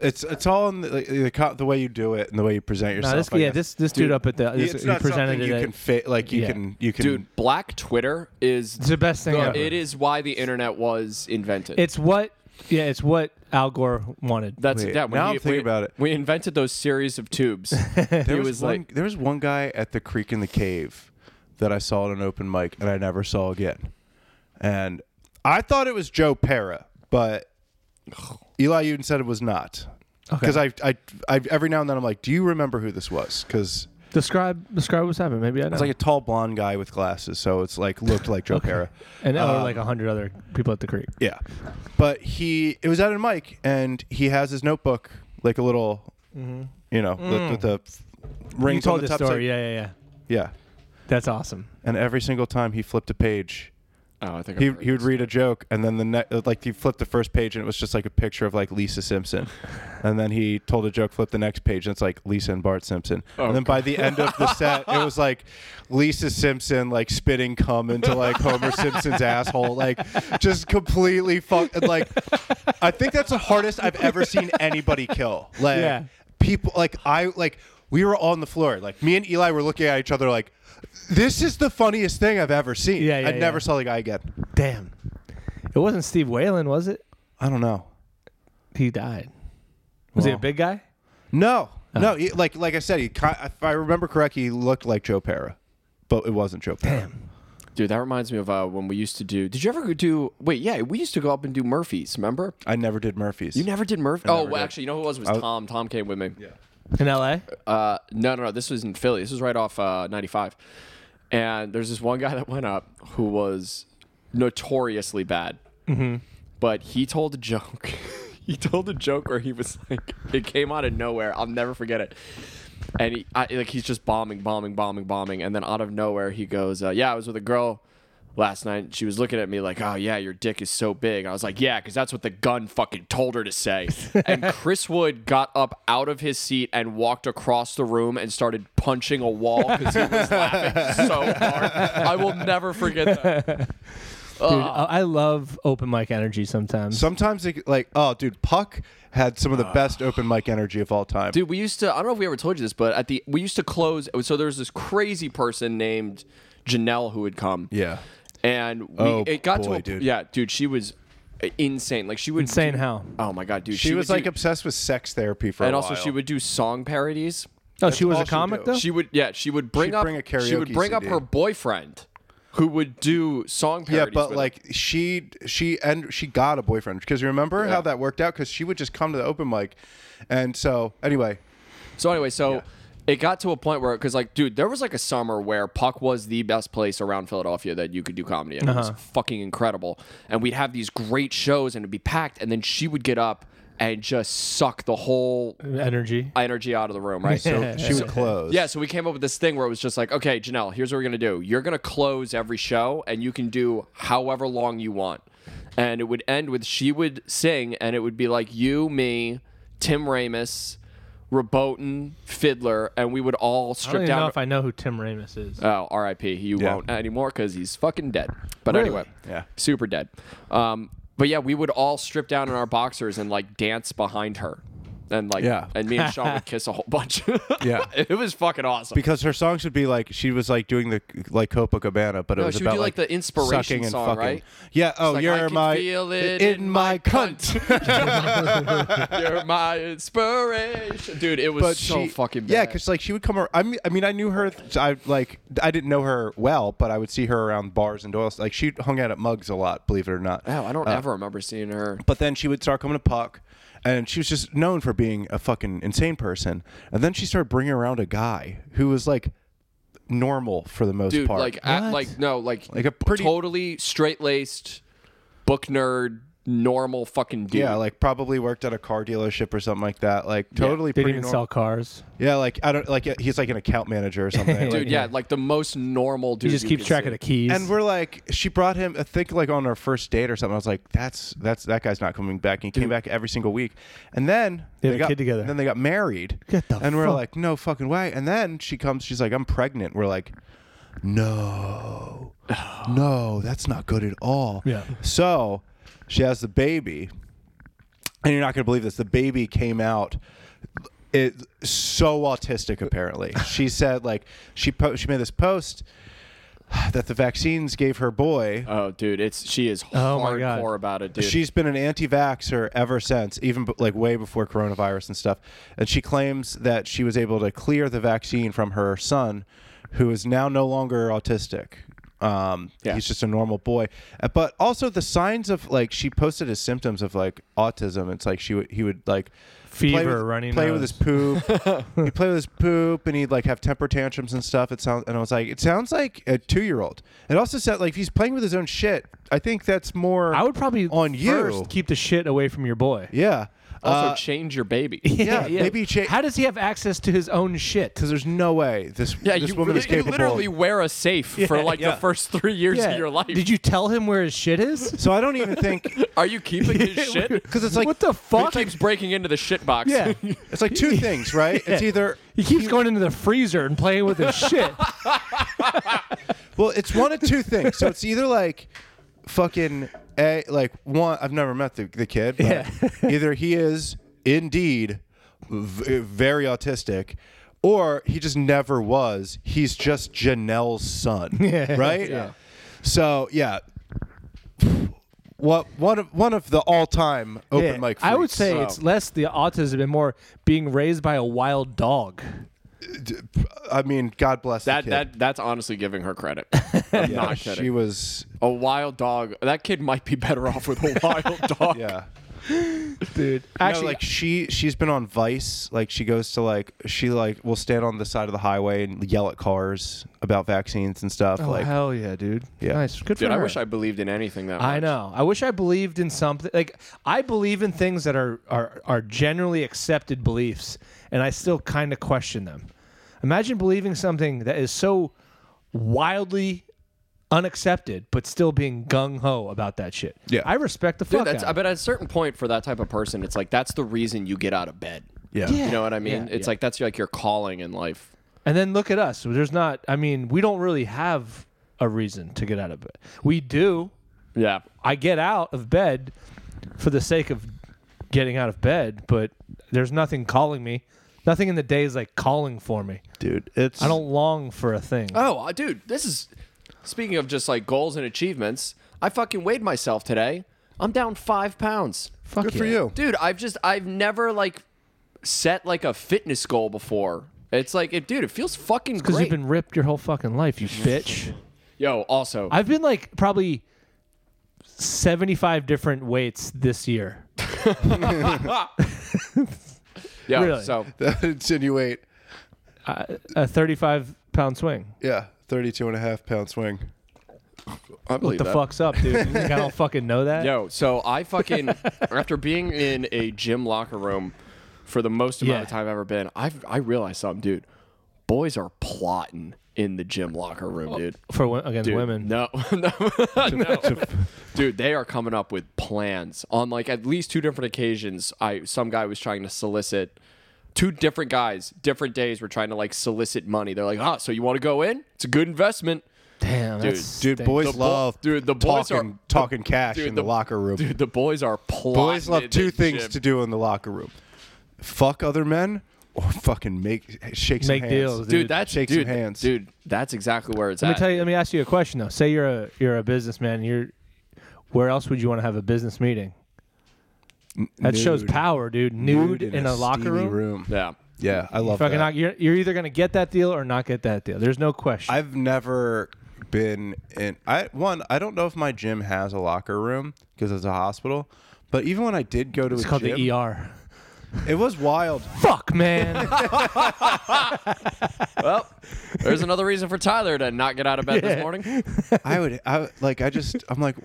Speaker 3: It's it's all in the, like, the, co- the way you do it and the way you present
Speaker 2: no,
Speaker 3: yourself.
Speaker 2: this
Speaker 3: I
Speaker 2: yeah
Speaker 3: guess.
Speaker 2: this this dude, up at the this,
Speaker 3: it's
Speaker 2: he
Speaker 3: not
Speaker 2: presented
Speaker 3: something
Speaker 2: it.
Speaker 3: you
Speaker 2: at-
Speaker 3: can fit. Like you
Speaker 2: Yeah.
Speaker 3: can you can.
Speaker 1: dude black twitter is
Speaker 2: it's the best thing ever.
Speaker 1: it is why the internet was invented
Speaker 2: It's what yeah, it's what Al Gore wanted.
Speaker 1: that's
Speaker 3: Wait,
Speaker 1: yeah. When
Speaker 3: now
Speaker 1: he-
Speaker 3: I'm thinking
Speaker 1: we-
Speaker 3: about it.
Speaker 1: We invented those series of tubes. he
Speaker 3: there
Speaker 1: was,
Speaker 3: was, one,
Speaker 1: like,
Speaker 3: there was one guy at the creek in the cave that I saw at an open mic and I never saw again. And I thought it was Joe Para, but Eli Uden said it was not.
Speaker 2: Okay.
Speaker 3: Because I, I, I, every now and then I'm like, do you remember who this was? Because
Speaker 2: describe describe what's happening. Maybe I know.
Speaker 3: it's like a tall blonde guy with glasses, so it's like looked like Joe Para.
Speaker 2: and there
Speaker 3: uh,
Speaker 2: were like a hundred other people at the creek.
Speaker 3: Yeah, but he it was at a mic and he has his notebook like a little, you know, with the, the
Speaker 2: Mm-hmm. Mm. You
Speaker 3: rings on
Speaker 2: told
Speaker 3: the
Speaker 2: this
Speaker 3: top.
Speaker 2: story,
Speaker 3: side.
Speaker 2: yeah, yeah, yeah.
Speaker 3: yeah,
Speaker 2: That's awesome.
Speaker 3: and every single time he flipped a page,
Speaker 1: oh, I think
Speaker 3: he,
Speaker 1: I've heard
Speaker 3: he would
Speaker 1: this.
Speaker 3: read a joke and then the ne- uh, like he flipped the first page and it was just like a picture of like Lisa Simpson, and then he told a joke, flipped the next page and it's like Lisa and Bart Simpson, and then by the end of the set it was like Lisa Simpson like spitting cum into like Homer Simpson's asshole, like just completely fuck like I think that's the hardest I've ever seen anybody kill like
Speaker 2: Yeah.
Speaker 3: people like I like we were on the floor like me and Eli were looking at each other like. This is the funniest thing I've ever seen.
Speaker 2: Yeah, yeah,
Speaker 3: I never
Speaker 2: yeah.
Speaker 3: saw the guy again.
Speaker 2: Damn. It wasn't Steve Whalen, was it?
Speaker 3: I don't know.
Speaker 2: He died. Was he
Speaker 3: Well.
Speaker 2: a big guy?
Speaker 3: No,
Speaker 1: Oh.
Speaker 3: no. he- like like I said, he. ki- If I remember correct, he looked like Joe Para, but it wasn't Joe Para.
Speaker 1: Dude, that reminds me of uh, when we used to do. Did you ever go do? Wait, yeah, we used to go up and do Murphy's. Remember?
Speaker 3: I never did Murphy's.
Speaker 1: You never did Murphy. Oh,
Speaker 3: never
Speaker 1: well,
Speaker 3: did.
Speaker 1: actually, you know who it was? It was Tom. Tom came with me. Yeah.
Speaker 2: In LA?
Speaker 1: Uh, no, no, no. This was in Philly. This was right off uh, 95. And there's this one guy that went up who was notoriously bad. Mm-hmm. But he told a joke. he told a joke where he was like, it came out of nowhere. I'll never forget it. And he, I, like, he's just bombing, bombing, bombing, bombing. And then out of nowhere, he goes, uh, Yeah, I was with a girl last night. She was looking at me like, "Oh yeah, your dick is so big." I was like, "Yeah, because that's what the gun fucking told her to say." and Chris Wood got up out of his seat and walked across the room and started punching a wall because he was laughing so hard. I will never forget that.
Speaker 3: Uh,
Speaker 2: Dude, I I love open mic energy sometimes.
Speaker 3: Sometimes it, like, oh, dude, Puck had some of the best open mic energy of all time.
Speaker 1: Ah. Dude, we used to. I don't know if we ever told you this, but at the we used to close. So there was this crazy person named Janelle who would come.
Speaker 3: yeah,
Speaker 1: and we,
Speaker 3: Oh,
Speaker 1: it got to
Speaker 3: boy,
Speaker 1: a,
Speaker 3: dude.
Speaker 1: yeah, dude, she was insane. Like she would
Speaker 2: Insane
Speaker 1: do-
Speaker 2: how?
Speaker 1: Oh my god, dude,
Speaker 3: she, was
Speaker 1: would
Speaker 3: like
Speaker 1: do-
Speaker 3: obsessed with sex therapy for
Speaker 1: and
Speaker 3: a
Speaker 1: also she
Speaker 3: while.
Speaker 1: would do song parodies.
Speaker 2: Oh, she was a
Speaker 3: all she
Speaker 2: comic
Speaker 3: do.
Speaker 2: though.
Speaker 1: She would yeah, she would bring
Speaker 3: She'd
Speaker 1: up
Speaker 3: bring a
Speaker 1: she would
Speaker 3: karaoke
Speaker 1: bring up
Speaker 3: CD.
Speaker 1: her boyfriend, who would do song
Speaker 3: Yeah,
Speaker 1: parodies.
Speaker 3: but
Speaker 1: with
Speaker 3: like she she and she got a boyfriend because remember
Speaker 1: Yeah.
Speaker 3: how that worked out because she would just come to the open mic, and so anyway,
Speaker 1: her. so anyway, so. It got to a point where, because like, dude, there was like a summer where Puck was the best place around Philadelphia that you could do comedy, and
Speaker 3: Uh-huh.
Speaker 1: it was fucking incredible. And we'd have these great shows, and it'd be packed, and then she would get up and just suck the whole
Speaker 2: energy.
Speaker 1: energy out of the room, right? So
Speaker 3: she would close.
Speaker 1: Yeah, so we came up with this thing where it was just like, okay, Janelle, here's what we're gonna do. You're gonna close every show, and you can do however long you want. And it would end with she would sing, and it would be like you, me, Tim Ramus, Rebotin, Fiddler, and we would all
Speaker 2: I don't
Speaker 1: strip
Speaker 2: even know
Speaker 1: down.
Speaker 2: if I know who Tim Ramus is.
Speaker 1: Oh, R.I.P. You
Speaker 3: Yeah.
Speaker 1: won't anymore because he's fucking dead. But
Speaker 2: Really?
Speaker 1: anyway,
Speaker 3: Yeah.
Speaker 1: super dead. Um, but yeah, we would all strip down in our boxers and like dance behind her, and like,
Speaker 3: Yeah.
Speaker 1: and me and Sean would kiss a whole bunch.
Speaker 3: Yeah.
Speaker 1: it was fucking awesome.
Speaker 3: because her songs would be like she was like doing the like Copacabana, but it
Speaker 1: No,
Speaker 3: was
Speaker 1: she would
Speaker 3: about
Speaker 1: do, like, the inspiration
Speaker 3: sucking and
Speaker 1: song,
Speaker 3: fucking.
Speaker 1: right?
Speaker 3: Yeah. Oh,
Speaker 1: It's like,
Speaker 3: you're
Speaker 1: I can
Speaker 3: my
Speaker 1: feel it
Speaker 3: in
Speaker 1: in
Speaker 3: my cunt.
Speaker 1: You're my inspiration, dude. It was
Speaker 3: But
Speaker 1: so
Speaker 3: she,
Speaker 1: fucking bad.
Speaker 3: yeah, because like she would come. ar- I mean, I mean, I knew her. th- I like I didn't know her well, but I would see her around bars and Doyle's. Like she hung out at Mugs a lot, believe it or not. Uh,
Speaker 1: Wow, I don't ever remember seeing her.
Speaker 3: But then she would start coming to Puck, and she was just known for being a fucking insane person. And then she started bringing around a guy who was like normal for the most
Speaker 1: Dude,
Speaker 3: part.
Speaker 1: like at,
Speaker 2: What?
Speaker 1: like no, like
Speaker 3: Like a pretty-
Speaker 1: totally straight laced, book nerd, normal fucking dude.
Speaker 3: yeah, like probably worked at a car dealership or something like that. Like totally
Speaker 2: Didn't
Speaker 3: pretty
Speaker 2: even
Speaker 3: normal.
Speaker 2: sell cars.
Speaker 3: Yeah, like I don't like he's like an account manager or something. Like,
Speaker 1: dude, yeah, like the most normal dude.
Speaker 2: You just keep
Speaker 1: could
Speaker 2: track
Speaker 1: see.
Speaker 2: of the keys.
Speaker 3: And we're like, she brought him. I think like on our first date or something. I was like, that's that's that guy's not coming back. And he came back every single week. And then
Speaker 2: They had a
Speaker 3: got
Speaker 2: kid together.
Speaker 3: Then they got married.
Speaker 2: Get the
Speaker 3: and we're
Speaker 2: fuck-
Speaker 3: like, no fucking way. And then she comes. She's like, I'm pregnant. We're like, no, no, that's not good at all.
Speaker 2: Yeah.
Speaker 3: So she has the baby, and you're not gonna believe this. The baby came out it so autistic apparently she said like she po- she made this post that the vaccines gave her boy
Speaker 1: Oh, dude, it's she is
Speaker 2: Oh my God.
Speaker 1: hardcore about it, dude.
Speaker 3: she's been an anti-vaxxer ever since even b- like way before coronavirus and stuff and she claims that she was able to clear the vaccine from her son who is now no longer autistic um,
Speaker 1: Yeah.
Speaker 3: he's just a normal boy Uh, but also the signs of like she posted his symptoms of like autism it's like she would he would like play
Speaker 2: Fever,
Speaker 3: with,
Speaker 2: runny
Speaker 3: play
Speaker 2: nose.
Speaker 3: with his poop. he'd play with his poop, and he'd like have temper tantrums and stuff. It sounds, and I was like, it sounds like a two year old. It also said like if he's playing with his own shit, I think that's more.
Speaker 2: I would probably
Speaker 3: on you.
Speaker 2: first keep the shit away from your boy.
Speaker 3: yeah.
Speaker 1: also
Speaker 3: Uh,
Speaker 1: change your baby.
Speaker 3: yeah, maybe cha-
Speaker 2: How does he have access to his own shit?
Speaker 3: because there's no way this
Speaker 1: Yeah,
Speaker 3: this
Speaker 1: you,
Speaker 3: woman
Speaker 1: really-
Speaker 3: is
Speaker 1: you
Speaker 3: capable.
Speaker 1: literally wear a safe for like
Speaker 3: yeah.
Speaker 1: the first three years
Speaker 2: Yeah.
Speaker 1: of your life.
Speaker 2: Did you tell him where his shit is?
Speaker 3: so I don't even think
Speaker 1: Are you keeping his shit?
Speaker 3: because it's like
Speaker 2: what
Speaker 1: He
Speaker 2: the fuck?
Speaker 1: keeps breaking into the shit box.
Speaker 2: yeah.
Speaker 3: it's like two things, right? It's
Speaker 2: Yeah.
Speaker 3: either
Speaker 2: He keeps going into the freezer and playing with his shit.
Speaker 3: Well, it's one of two things. So it's either like fucking a like one. I've never met the, the kid. But
Speaker 2: Yeah.
Speaker 3: either he is indeed v- very autistic. Or he just never was. He's just Janelle's son,
Speaker 2: Yeah.
Speaker 3: right?
Speaker 2: Yeah.
Speaker 3: So yeah, what one of one of the all time open
Speaker 2: Yeah.
Speaker 3: mic. Freaks.
Speaker 2: I would say it's less the autism and more being raised by a wild dog.
Speaker 3: I mean, God bless
Speaker 1: That
Speaker 3: the kid.
Speaker 1: that that's honestly giving her credit. I'm
Speaker 3: Yeah,
Speaker 1: not kidding.
Speaker 3: she was.
Speaker 1: a wild dog. That kid might be better off with a wild dog.
Speaker 3: Yeah.
Speaker 2: Dude,
Speaker 3: Actually, like she she's been on Vice. Like she goes to like she like will stand on the side of the highway and yell at cars about vaccines and stuff.
Speaker 2: oh,
Speaker 3: like
Speaker 2: hell yeah, dude.
Speaker 3: Yeah.
Speaker 2: Nice. Good
Speaker 1: Dude,
Speaker 2: for
Speaker 1: I
Speaker 2: her.
Speaker 1: wish I believed in anything that
Speaker 2: I
Speaker 1: much.
Speaker 2: know. I wish I believed in something. Like I believe in things that are are, are generally accepted beliefs, and I still kind of question them. Imagine believing something that is so wildly unaccepted, but still being gung ho about that shit.
Speaker 3: Yeah.
Speaker 2: I respect the
Speaker 1: Dude,
Speaker 2: fuck
Speaker 1: that's,
Speaker 2: out. of
Speaker 1: but at a certain point for that type of person, it's like that's the reason you get out of bed.
Speaker 3: Yeah.
Speaker 2: Yeah.
Speaker 1: You know what I mean?
Speaker 2: Yeah,
Speaker 1: it's
Speaker 2: yeah.
Speaker 1: like that's like your calling in life.
Speaker 2: it. And then look at us. There's not. I mean, we don't really have a reason to get out of bed. We do.
Speaker 1: Yeah.
Speaker 2: I get out of bed for the sake of getting out of bed, but there's nothing calling me. Nothing in the day is like calling for me.
Speaker 3: dude. It's
Speaker 2: I don't long for a thing.
Speaker 1: Oh, uh, dude, this is speaking of just like goals and achievements. I fucking weighed myself today. I'm down five pounds.
Speaker 2: Fuck
Speaker 3: good for
Speaker 2: yeah.
Speaker 3: you.
Speaker 1: Dude, I've just I've never like set like a fitness goal before. It's like, it, dude, it feels fucking
Speaker 2: Because
Speaker 1: great.
Speaker 2: you've been ripped your whole fucking life, you bitch.
Speaker 1: Yo, also,
Speaker 2: I've been like probably 75 different weights this year.
Speaker 1: yeah.
Speaker 2: really?
Speaker 1: So
Speaker 3: That insinuate.
Speaker 2: I, a 35 pound swing.
Speaker 3: Yeah, 32 and a half pound swing.
Speaker 1: I
Speaker 2: What
Speaker 1: believe
Speaker 2: the
Speaker 1: that.
Speaker 2: fuck's up, dude? You think I don't fucking know that?
Speaker 1: Yo, so I fucking after being in a gym locker room for the most amount of
Speaker 2: Yeah.
Speaker 1: time I've ever been, I've I realized something, dude. Boys are plotting in the gym locker
Speaker 2: Oh.
Speaker 1: room, dude.
Speaker 2: For wo- against
Speaker 1: Dude,
Speaker 2: women.
Speaker 1: No, no, no. dude, they are coming up with plans on like at least two different occasions. I some guy was trying to solicit two different guys, different days were trying to like solicit money. They're like, ah, so you want to go in? It's a good investment.
Speaker 2: Damn,
Speaker 1: Dude,
Speaker 2: that's
Speaker 3: Dude,
Speaker 2: stinks.
Speaker 3: boys
Speaker 1: bo-
Speaker 3: love
Speaker 1: dude, the boys
Speaker 3: talking,
Speaker 1: are-
Speaker 3: talking cash
Speaker 1: dude,
Speaker 3: in the,
Speaker 1: the-
Speaker 3: locker room.
Speaker 1: Dude, the boys are plotting.
Speaker 3: Boys
Speaker 1: in
Speaker 3: love two
Speaker 1: the
Speaker 3: things
Speaker 1: gym.
Speaker 3: to do in the locker room: fuck other men or fucking make shake some
Speaker 2: Make
Speaker 3: hands.
Speaker 2: deals.
Speaker 1: dude,
Speaker 2: dude.
Speaker 1: that's
Speaker 3: Shake some
Speaker 1: dude,
Speaker 3: hands.
Speaker 1: dude. That's exactly where it's
Speaker 2: Let me
Speaker 1: at.
Speaker 2: tell you. Let me ask you a question though. Say you're a you're a businessman. and You're where else would you want to have a business meeting? That shows
Speaker 3: Nude.
Speaker 2: power, dude. Nude,
Speaker 3: Nude
Speaker 2: in, a, locker
Speaker 3: steamy
Speaker 2: room.
Speaker 1: yeah,
Speaker 3: Yeah, I love
Speaker 2: Fucking
Speaker 3: that.
Speaker 2: not, you're, you're either gonna get that deal or not get that deal. There's no question.
Speaker 3: I've never been in. I one. I don't know if my gym has a locker room because it's a hospital. But even when I did go to
Speaker 2: it's
Speaker 3: a
Speaker 2: called
Speaker 3: gym,
Speaker 2: the ER.
Speaker 3: it was wild.
Speaker 2: Fuck, man.
Speaker 1: well, there's another reason for Tyler to not get out of bed this morning.
Speaker 3: I would, I like, I just, I'm like,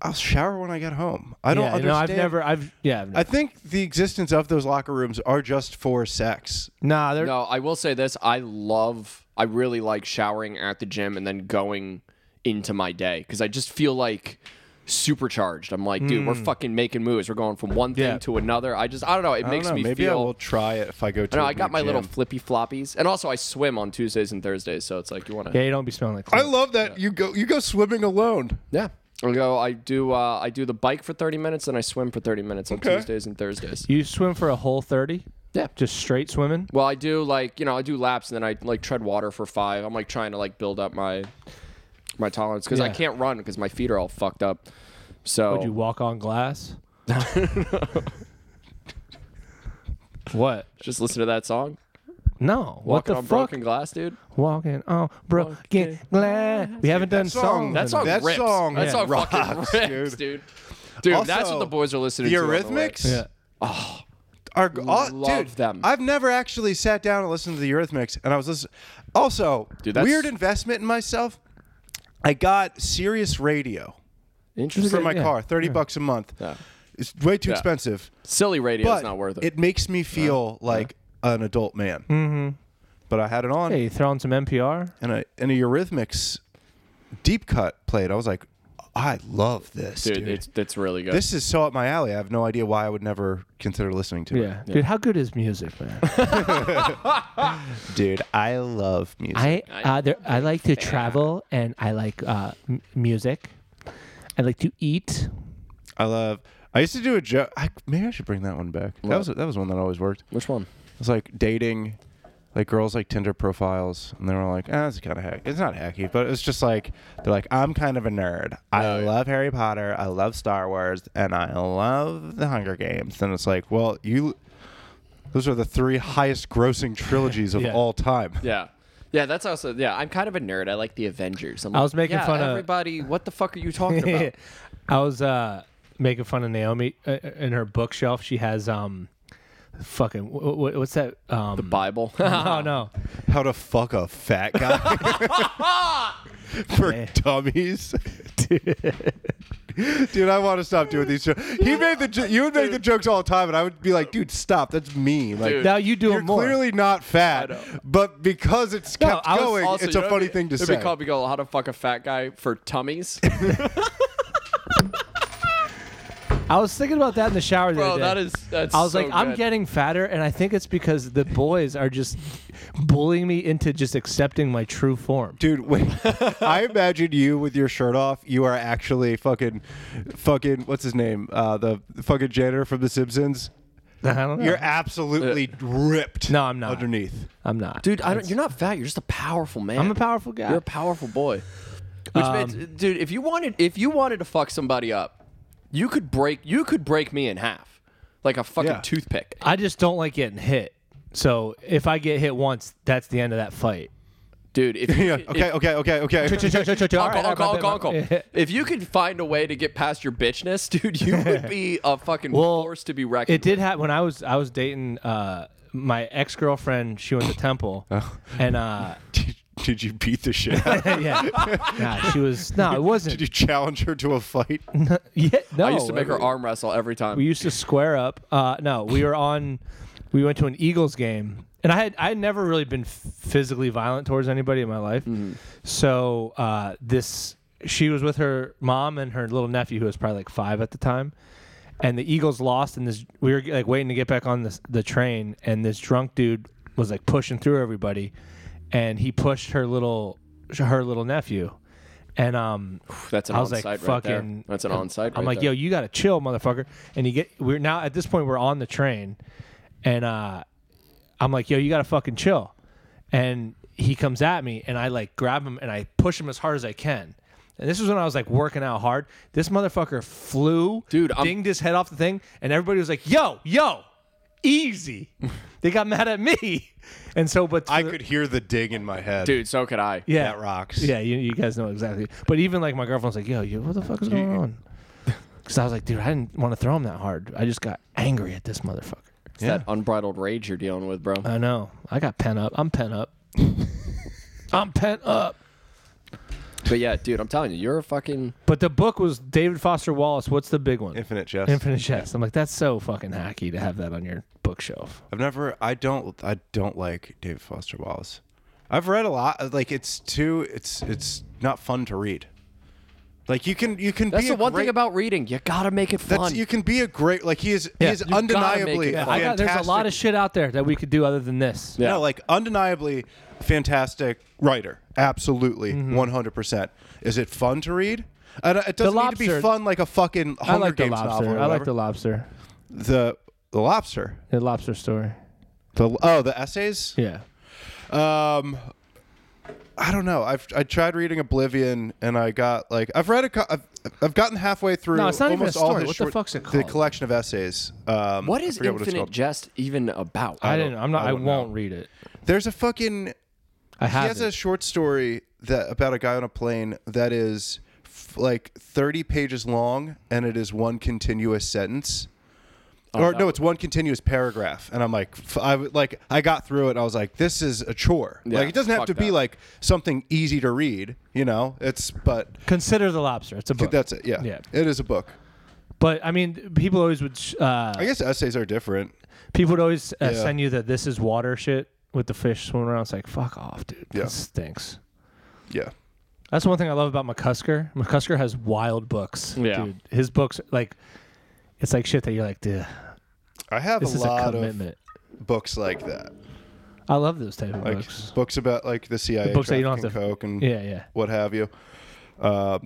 Speaker 3: I'll shower when I get home. I don't
Speaker 2: yeah,
Speaker 3: understand.
Speaker 2: No, I've never. I've yeah. I've
Speaker 3: I
Speaker 2: never.
Speaker 3: think the existence of those locker rooms are just for sex.
Speaker 2: nah, they're
Speaker 1: No, I will say this. I love. I really like showering at the gym and then going into my day because I just feel like supercharged. I'm like, dude, we're
Speaker 3: Hmm.
Speaker 1: fucking making moves. We're going from one thing
Speaker 2: Yeah.
Speaker 1: to another. I just, I don't know. It
Speaker 3: I
Speaker 1: makes
Speaker 3: don't know.
Speaker 1: me
Speaker 3: Maybe
Speaker 1: feel.
Speaker 3: I will try it if I
Speaker 1: I
Speaker 3: go to.
Speaker 1: don't know,
Speaker 3: a
Speaker 1: I got
Speaker 3: new
Speaker 1: my little
Speaker 3: gym.
Speaker 1: flippy floppies, and also I swim on Tuesdays and Thursdays, so it's like you want to.
Speaker 2: yeah. You don't be smelling like.
Speaker 3: I
Speaker 2: clothes.
Speaker 3: love that you go. You go swimming alone.
Speaker 1: Yeah. I go. I do. Uh, I do the bike for thirty minutes, and I swim for thirty minutes on
Speaker 3: Okay.
Speaker 1: Tuesdays and Thursdays.
Speaker 2: you swim for a whole thirty.
Speaker 1: Yeah.
Speaker 2: Just straight swimming.
Speaker 1: Well, I do like you know I do laps and then I like tread water for five. I'm like trying to like build up my my tolerance because I
Speaker 2: Yeah.
Speaker 1: can't run because my feet are all fucked up. So
Speaker 2: Would you walk on glass? what?
Speaker 1: just listen to that song.
Speaker 2: No. what
Speaker 1: Walking
Speaker 2: the
Speaker 1: on
Speaker 2: fuck?
Speaker 1: broken glass, dude.
Speaker 2: Walking on broken glass. We haven't done songs.
Speaker 3: song-
Speaker 1: That
Speaker 2: in-
Speaker 1: song
Speaker 3: That
Speaker 1: rips.
Speaker 3: song
Speaker 1: that song fucking
Speaker 3: rocks,
Speaker 1: rips,
Speaker 3: dude.
Speaker 1: dude. Dude, that's
Speaker 3: Also,
Speaker 1: what the boys are listening
Speaker 3: the
Speaker 1: to. on way.
Speaker 3: Eurythmics?
Speaker 2: Yeah.
Speaker 3: Are all,
Speaker 1: Love
Speaker 3: dude,
Speaker 1: them.
Speaker 3: I've never actually sat down and listened to the Eurythmics, and I was listening. Also,
Speaker 1: Dude, that's-
Speaker 3: weird investment in myself. I got Sirius Radio
Speaker 1: Interesting.
Speaker 3: for my
Speaker 2: Yeah,
Speaker 3: car, thirty bucks a month. It's way too
Speaker 1: Yeah.
Speaker 3: expensive.
Speaker 1: Silly radio
Speaker 3: but
Speaker 1: is not worth it.
Speaker 3: makes me feel like an adult man. But I had it on,
Speaker 2: Mm-hmm. Hey, you throw on some NPR.
Speaker 3: and a and a Eurythmics deep cut played. I was like, I love this,
Speaker 1: dude,
Speaker 3: dude.
Speaker 1: It's, it's really good.
Speaker 3: this is so up my alley. I have no idea why I would never consider listening to
Speaker 2: Yeah. Dude, how good is music, man?
Speaker 3: it, dude. I love music.
Speaker 2: I uh, there, I like to travel and I like uh, m- music. I like to eat.
Speaker 3: I love. I used to do a joke. I, maybe I should bring that one back. That
Speaker 1: What?
Speaker 3: was that was one that always worked.
Speaker 1: Which one?
Speaker 3: It's like dating, like girls like Tinder profiles, and they were like, "Ah, it's kind of hack. It's not hacky, but it's just like they're like, I'm kind of a nerd. I
Speaker 1: Oh, yeah.
Speaker 3: love Harry Potter. I love Star Wars, and I love The Hunger Games." And it's like, well, you, those are the three highest grossing trilogies of
Speaker 2: Yeah.
Speaker 3: all time.
Speaker 1: Yeah. Yeah, that's also yeah. I'm kind of a nerd. I like the Avengers. I'm
Speaker 2: I
Speaker 1: like,
Speaker 2: was making
Speaker 1: yeah,
Speaker 2: fun of-
Speaker 1: everybody. What the fuck are you talking about?
Speaker 2: I was uh, making fun of Naomi uh, in her bookshelf. She has um, fucking wh- wh- what's that? Um, the
Speaker 1: Bible.
Speaker 2: Oh no,
Speaker 3: How to fuck a fat guy for dummies? dude, I want to stop doing these jokes. He made the jo- you would make the jokes all the time, and I would be like, dude, stop. That's mean. Like
Speaker 1: Dude,
Speaker 2: now you do
Speaker 3: you're
Speaker 2: it more.
Speaker 3: clearly not fat,
Speaker 1: I know.
Speaker 3: but because it's
Speaker 2: No,
Speaker 3: kept
Speaker 2: I was
Speaker 3: going,
Speaker 1: Also,
Speaker 3: it's
Speaker 1: you
Speaker 3: a
Speaker 1: know,
Speaker 3: funny
Speaker 1: it'd be-
Speaker 3: thing to
Speaker 1: it'd
Speaker 3: say.
Speaker 1: be called, we go, "Oh, how to fuck a fat guy for tummies.
Speaker 2: I was thinking about that in the shower the
Speaker 1: Bro,
Speaker 2: other day.
Speaker 1: that is. That's
Speaker 2: I was
Speaker 1: so
Speaker 2: like, I'm
Speaker 1: good.
Speaker 2: getting fatter, and I think it's because the boys are just bullying me into just accepting my true form.
Speaker 3: Dude, wait. I imagine you with your shirt off. You are actually fucking, fucking. What's his name? Uh, the fucking janitor from The Simpsons.
Speaker 2: I don't know.
Speaker 3: You're absolutely ripped.
Speaker 2: No, I'm not.
Speaker 3: Underneath.
Speaker 2: I'm not,
Speaker 1: Dude, I don't, you're not fat. You're just a powerful man.
Speaker 2: I'm a powerful guy. Um,
Speaker 1: You're a powerful boy. Which means, dude, if you wanted, if you wanted to fuck somebody up, you could break, you could break me in half, like a fucking
Speaker 3: Yeah.
Speaker 1: toothpick.
Speaker 2: I just don't like getting hit. So if I get hit once, that's the end of that fight.
Speaker 1: Dude, if you,
Speaker 3: Yeah. Okay. Okay. Okay. Okay.
Speaker 1: Uncle, uncle, uncle, uncle, If you could find a way to get past your bitchness, dude, you would be a fucking
Speaker 2: Well,
Speaker 1: force to be reckoned.
Speaker 2: It did happen when I was I was dating uh, my ex girlfriend. She went to Temple,
Speaker 1: Oh.
Speaker 2: and uh,
Speaker 3: did, did you beat the shit? out of her?
Speaker 2: yeah, Nah, she was no, it wasn't.
Speaker 3: Did you challenge her to a fight?
Speaker 2: Yeah, no,
Speaker 1: I used to make her
Speaker 2: every-
Speaker 1: arm wrestle every time.
Speaker 2: We used to square up. Uh, no, we were on. We went to an Eagles game, and I had I had never really been physically violent towards anybody in my life. So uh, this, she was with her mom and her little nephew, who was probably like five at the time. And the Eagles lost, and this we were like waiting to get back on this, the train, and this drunk dude was like pushing through everybody, and he pushed her little her little nephew, and um,
Speaker 1: That's an
Speaker 2: I was
Speaker 1: onside
Speaker 2: like,
Speaker 1: right there.
Speaker 2: fucking.
Speaker 1: That's an onside.
Speaker 2: I'm
Speaker 1: right
Speaker 2: like,
Speaker 1: there.
Speaker 2: yo, you gotta chill, motherfucker. And you get, we're now at this point, we're on the train, and uh, I'm like, yo, you gotta fucking chill. And he comes at me, and I like grab him and I push him as hard as I can. And this is when I was like working out hard. This motherfucker flew,
Speaker 1: Dude, I'm-
Speaker 2: dinged his head off the thing, and everybody was like, yo, yo, easy. they got mad at me, and so but
Speaker 3: I
Speaker 2: for-
Speaker 3: could hear the ding in my head.
Speaker 1: dude, so could I.
Speaker 2: yeah,
Speaker 3: that rocks.
Speaker 2: Yeah, you, you guys know exactly. But even like my girlfriend's like, "Yo, you, what the fuck is going on?" Because I was like, "Dude, I didn't want to throw him that hard. I just got angry at this motherfucker."
Speaker 1: It's that unbridled rage you're dealing with, bro.
Speaker 2: I know. I got pent up. I'm pent up. I'm pent up.
Speaker 1: But yeah, dude, I'm telling you, you're a fucking.
Speaker 2: But the book was David Foster Wallace. What's the big one?
Speaker 3: Infinite chess.
Speaker 2: Infinite Jest. I'm like, that's so fucking hacky to have that on your bookshelf.
Speaker 3: I've never. I don't. I don't like David Foster Wallace. I've read a lot. Like it's too. It's it's not fun to read. Like you can you can
Speaker 1: That's
Speaker 3: be
Speaker 1: the
Speaker 3: a
Speaker 1: one
Speaker 3: great,
Speaker 1: thing about reading. You gotta make it fun.
Speaker 3: That's you can be a great like he is
Speaker 2: Yeah.
Speaker 3: he is
Speaker 2: You
Speaker 1: gotta make it
Speaker 3: undeniably
Speaker 1: fun.
Speaker 3: a
Speaker 2: I got, there's a lot of
Speaker 3: fantastic-
Speaker 2: shit out there that we could do other than this.
Speaker 1: Yeah.
Speaker 3: no like undeniably fantastic writer absolutely
Speaker 2: Mm-hmm.
Speaker 3: 100% is it fun to read and uh, it doesn't need to be
Speaker 2: Lobster-
Speaker 3: fun like a fucking Hunger
Speaker 2: I like the
Speaker 3: Games
Speaker 2: lobster.
Speaker 3: novel or
Speaker 2: I like the
Speaker 3: whatever.
Speaker 2: lobster.
Speaker 3: the the lobster
Speaker 2: The lobster story.
Speaker 3: the oh the essays
Speaker 2: Yeah.
Speaker 3: Um, I don't know. I've I tried reading Oblivion, and I got like I've read a co- I've, I've gotten halfway through.
Speaker 2: No, it's not even a
Speaker 3: almost all
Speaker 2: story.
Speaker 3: his
Speaker 2: What the
Speaker 3: short-
Speaker 2: fuck's it
Speaker 3: The
Speaker 2: called?
Speaker 3: collection of essays. Um,
Speaker 1: what
Speaker 3: I
Speaker 1: is
Speaker 3: forget what it's
Speaker 1: Infinite
Speaker 3: called.
Speaker 1: Jest even about?
Speaker 2: I, didn't. I'm not. I,
Speaker 3: I don't know.
Speaker 2: won't read it.
Speaker 3: There's a fucking.
Speaker 2: I
Speaker 3: He
Speaker 2: have.
Speaker 3: has a
Speaker 2: it.
Speaker 3: short story that about a guy on a plane that is f- like 30 pages long, and it is one continuous sentence. or no, it's one continuous paragraph, and I'm like, f- I w- like I got through it. and I was like, this is a chore.
Speaker 1: Yeah,
Speaker 3: like it doesn't have
Speaker 1: fuck
Speaker 3: to be
Speaker 1: that.
Speaker 3: like something easy to read, you know. It's but
Speaker 2: Consider the lobster. It's a book.
Speaker 3: that's it. Yeah,
Speaker 2: Yeah.
Speaker 3: it is a book.
Speaker 2: but I mean, people always would. sh-
Speaker 3: I
Speaker 2: Uh,
Speaker 3: guess essays are different.
Speaker 2: people would always uh,
Speaker 3: Yeah.
Speaker 2: send you that this is water shit with the fish swimming around. It's like fuck off, dude.
Speaker 3: Yeah.
Speaker 2: This stinks.
Speaker 3: Yeah,
Speaker 2: That's one thing I love about McCusker. McCusker has wild books.
Speaker 1: Yeah.
Speaker 2: Dude. His books like, it's like shit that you're like, dude,
Speaker 3: I have
Speaker 2: this
Speaker 3: a
Speaker 2: is a
Speaker 3: lot of
Speaker 2: commitment.
Speaker 3: books like that,
Speaker 2: I love those type of
Speaker 3: like
Speaker 2: books.
Speaker 3: books, about like the CIA,
Speaker 2: books that you don't
Speaker 3: trafficking
Speaker 2: have to-
Speaker 3: coke and
Speaker 2: Yeah, yeah.
Speaker 3: what have you. Uh,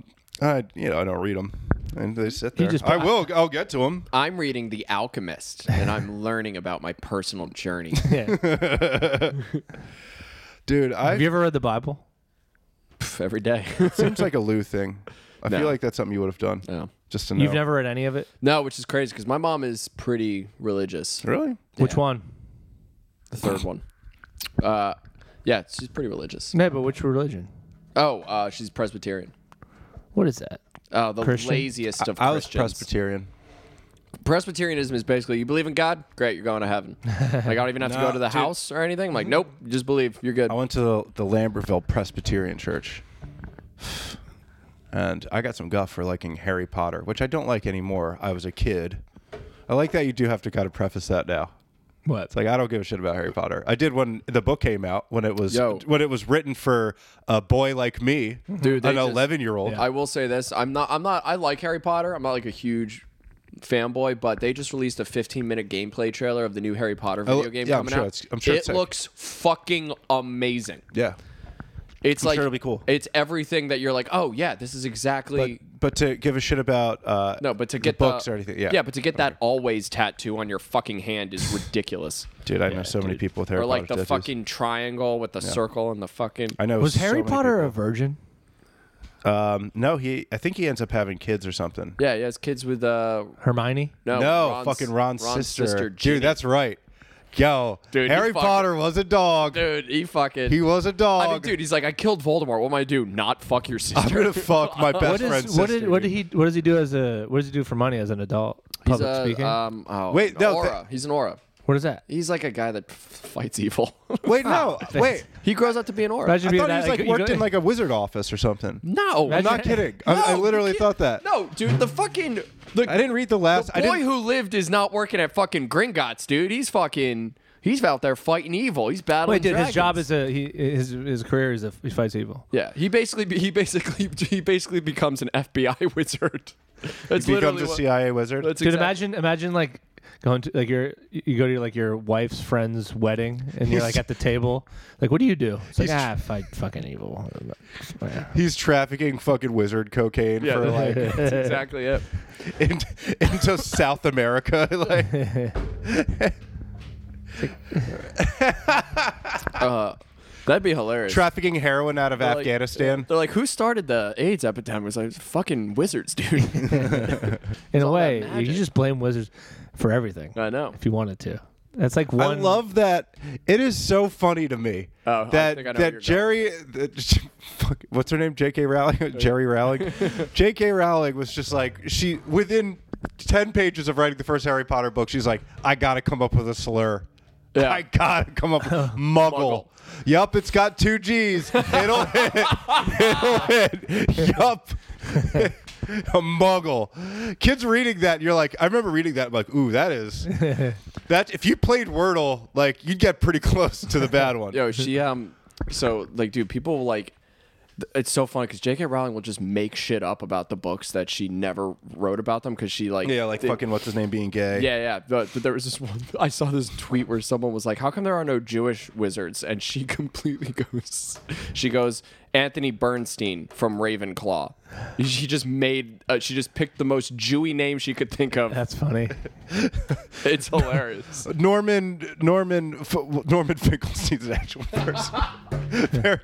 Speaker 3: I you know I don't read them, and they sit
Speaker 2: You
Speaker 3: there.
Speaker 2: just-
Speaker 3: I will. I'll get to them.
Speaker 1: I'm reading The Alchemist, and I'm learning about my personal journey.
Speaker 2: Yeah.
Speaker 3: Dude, I
Speaker 2: have you ever read the Bible?
Speaker 1: Pff, Every day.
Speaker 3: seems like a Lou thing. I
Speaker 1: No.
Speaker 3: feel like that's something you would have done.
Speaker 1: no.
Speaker 3: Just to know.
Speaker 2: You've never read any of it.
Speaker 1: no, which is crazy because my mom is pretty religious.
Speaker 3: really?
Speaker 2: Which one?
Speaker 1: The third one. Uh, yeah, she's pretty religious.
Speaker 2: No, but which religion?
Speaker 1: Oh, uh, she's Presbyterian.
Speaker 2: What is that?
Speaker 1: Uh, the
Speaker 2: Christian?
Speaker 1: laziest of Christians.
Speaker 3: Presbyterian.
Speaker 1: Presbyterianism is basically you believe in God, great, you're going to heaven. like I don't even have to
Speaker 3: No,
Speaker 1: go to the
Speaker 3: dude.
Speaker 1: house or anything. I'm like,
Speaker 3: Mm-hmm.
Speaker 1: nope, just believe, you're good.
Speaker 3: I went to the, the Lambertville Presbyterian Church. and I got some guff for liking Harry Potter, which I don't like anymore. I was a kid. I like that you do have to kind of preface that now.
Speaker 2: What?
Speaker 3: It's like I don't give a shit about Harry Potter. I did when the book came out when it was
Speaker 1: Yo.
Speaker 3: when it was written for a boy like me,
Speaker 1: Dude, they
Speaker 3: an
Speaker 1: just-
Speaker 3: eleven year old.
Speaker 1: I will say this: I'm not. I'm not. I like Harry Potter. I'm not like a huge fanboy, but they just released a 15 minute gameplay trailer of the new Harry Potter video
Speaker 3: Oh,
Speaker 1: game
Speaker 3: yeah, I'm
Speaker 1: coming
Speaker 3: sure
Speaker 1: out.
Speaker 3: it's- I'm sure
Speaker 1: it
Speaker 3: it's sick.
Speaker 1: looks fucking amazing.
Speaker 3: Yeah,
Speaker 1: It's
Speaker 3: I'm
Speaker 1: like
Speaker 3: sure it'll be cool.
Speaker 1: It's everything that you're like, oh yeah, this is exactly.
Speaker 3: but to give a shit about uh,
Speaker 1: no, but to
Speaker 3: the
Speaker 1: get the-
Speaker 3: books or anything, yeah,
Speaker 1: yeah, but to get that always tattoo on your fucking hand is ridiculous.
Speaker 3: dude, I know so many people with Harry
Speaker 1: or like the
Speaker 3: Potter tattoos.
Speaker 1: fucking triangle with the circle and the fucking.
Speaker 3: I know
Speaker 2: Was
Speaker 3: oh, so
Speaker 2: Harry
Speaker 3: many
Speaker 2: Potter a
Speaker 3: people.
Speaker 2: virgin?
Speaker 3: Um, no, he. I think he ends up having kids or something.
Speaker 1: Yeah, yeah, it's kids with uh
Speaker 2: Hermione?
Speaker 1: no,
Speaker 3: no,
Speaker 1: Ron's-
Speaker 3: fucking Ron's, sister.
Speaker 1: Ginny.
Speaker 3: Dude, that's right. Yo,
Speaker 1: Dude, he
Speaker 3: Harry
Speaker 1: fucking-
Speaker 3: Potter was a dog.
Speaker 1: dude. He fucking
Speaker 3: He was a dog.
Speaker 1: I mean, dude, he's like, I killed Voldemort. What am I to do? Not fuck your sister.
Speaker 3: I'm gonna fuck my best
Speaker 2: What is
Speaker 3: friend's
Speaker 2: what
Speaker 3: sister.
Speaker 2: did what did
Speaker 3: dude.
Speaker 2: he what does he do as a what does he do for money as an adult?
Speaker 1: He's
Speaker 2: Public
Speaker 1: a,
Speaker 2: speaking.
Speaker 3: uh,
Speaker 1: Um, oh,
Speaker 3: Wait,
Speaker 1: an
Speaker 3: no,
Speaker 1: aura.
Speaker 3: th-
Speaker 1: he's an aura.
Speaker 2: what is that?
Speaker 1: He's like a guy that f- fights evil.
Speaker 3: Wait, no, wait.
Speaker 1: he grows up to be an aura.
Speaker 2: Imagine
Speaker 3: I
Speaker 2: being
Speaker 3: thought he
Speaker 2: that-
Speaker 3: was like
Speaker 2: you go-
Speaker 3: worked in like a wizard office or something.
Speaker 1: no,
Speaker 3: I'm
Speaker 2: Imagine-
Speaker 1: no,
Speaker 3: not kidding. I, I
Speaker 1: you
Speaker 3: literally
Speaker 1: can't-
Speaker 3: thought that.
Speaker 1: No, dude, the fucking the,
Speaker 3: I didn't read the last.
Speaker 1: the
Speaker 3: I
Speaker 1: boy
Speaker 3: didn't.
Speaker 1: who lived is not working at fucking Gringotts, dude. He's fucking. He's out there fighting evil. He's battling.
Speaker 2: Wait, dude, his
Speaker 1: dragons.
Speaker 2: job is a he his his career is a he fights evil.
Speaker 1: Yeah, he basically be- he basically he basically becomes an FBI wizard. That's
Speaker 3: he becomes
Speaker 1: literally
Speaker 3: a
Speaker 1: what-
Speaker 3: CIA wizard.
Speaker 1: that's
Speaker 2: Dude,
Speaker 1: exact-
Speaker 2: imagine imagine like going to like your you go to like your wife's friend's wedding and you're like at the table like what do you do? It's like
Speaker 3: He's-
Speaker 2: ah fight fucking evil.
Speaker 3: He's trafficking fucking wizard cocaine
Speaker 1: Yeah,
Speaker 3: for like
Speaker 1: that's exactly it.
Speaker 3: in, into South America. Like,
Speaker 1: Uh, that'd be hilarious.
Speaker 3: trafficking heroin out of
Speaker 1: They're like-
Speaker 3: Afghanistan.
Speaker 1: They're like, who started the AIDS epidemic? It's like fucking wizards, dude.
Speaker 2: In a
Speaker 1: all that
Speaker 2: way, you
Speaker 1: magic.
Speaker 2: can just blame wizards for everything
Speaker 1: I know.
Speaker 2: if you wanted to. That's like one.
Speaker 3: I love that. It is so funny to me
Speaker 1: Oh, I
Speaker 3: that
Speaker 1: think I know where
Speaker 3: that
Speaker 1: you're
Speaker 3: Jerry, that, fuck, what's her name? J.K. Rowling. Jerry Rowling. J.K. Rowling was just like she within ten pages of writing the first Harry Potter book. She's like, I gotta come up with a slur.
Speaker 1: Yeah.
Speaker 3: I gotta come up with muggle.
Speaker 1: Muggle.
Speaker 3: Yup, it's got two G's. It'll hit. It'll hit. Yup. a muggle. Kids reading that, you're like, I remember reading that, I'm like, ooh, that is that. If you played Wordle, like, you'd get pretty close to the bad one.
Speaker 1: Yo, she um, so like, dude, people like, th- it's so funny because J.K. Rowling will just make shit up about the books that she never wrote about them because she like,
Speaker 3: Yeah, like
Speaker 1: thi-
Speaker 3: fucking what's his name being gay.
Speaker 1: Yeah, yeah. But, but there was this one. I saw this tweet where someone was like, "How come there are no Jewish wizards?" And she completely goes, she goes, Anthony Bernstein from Ravenclaw. She just made, uh, she just picked the most Jewy name she could think of.
Speaker 2: That's funny.
Speaker 1: It's hilarious.
Speaker 3: Norman Norman F- Norman Finkelstein's an actual person. They're-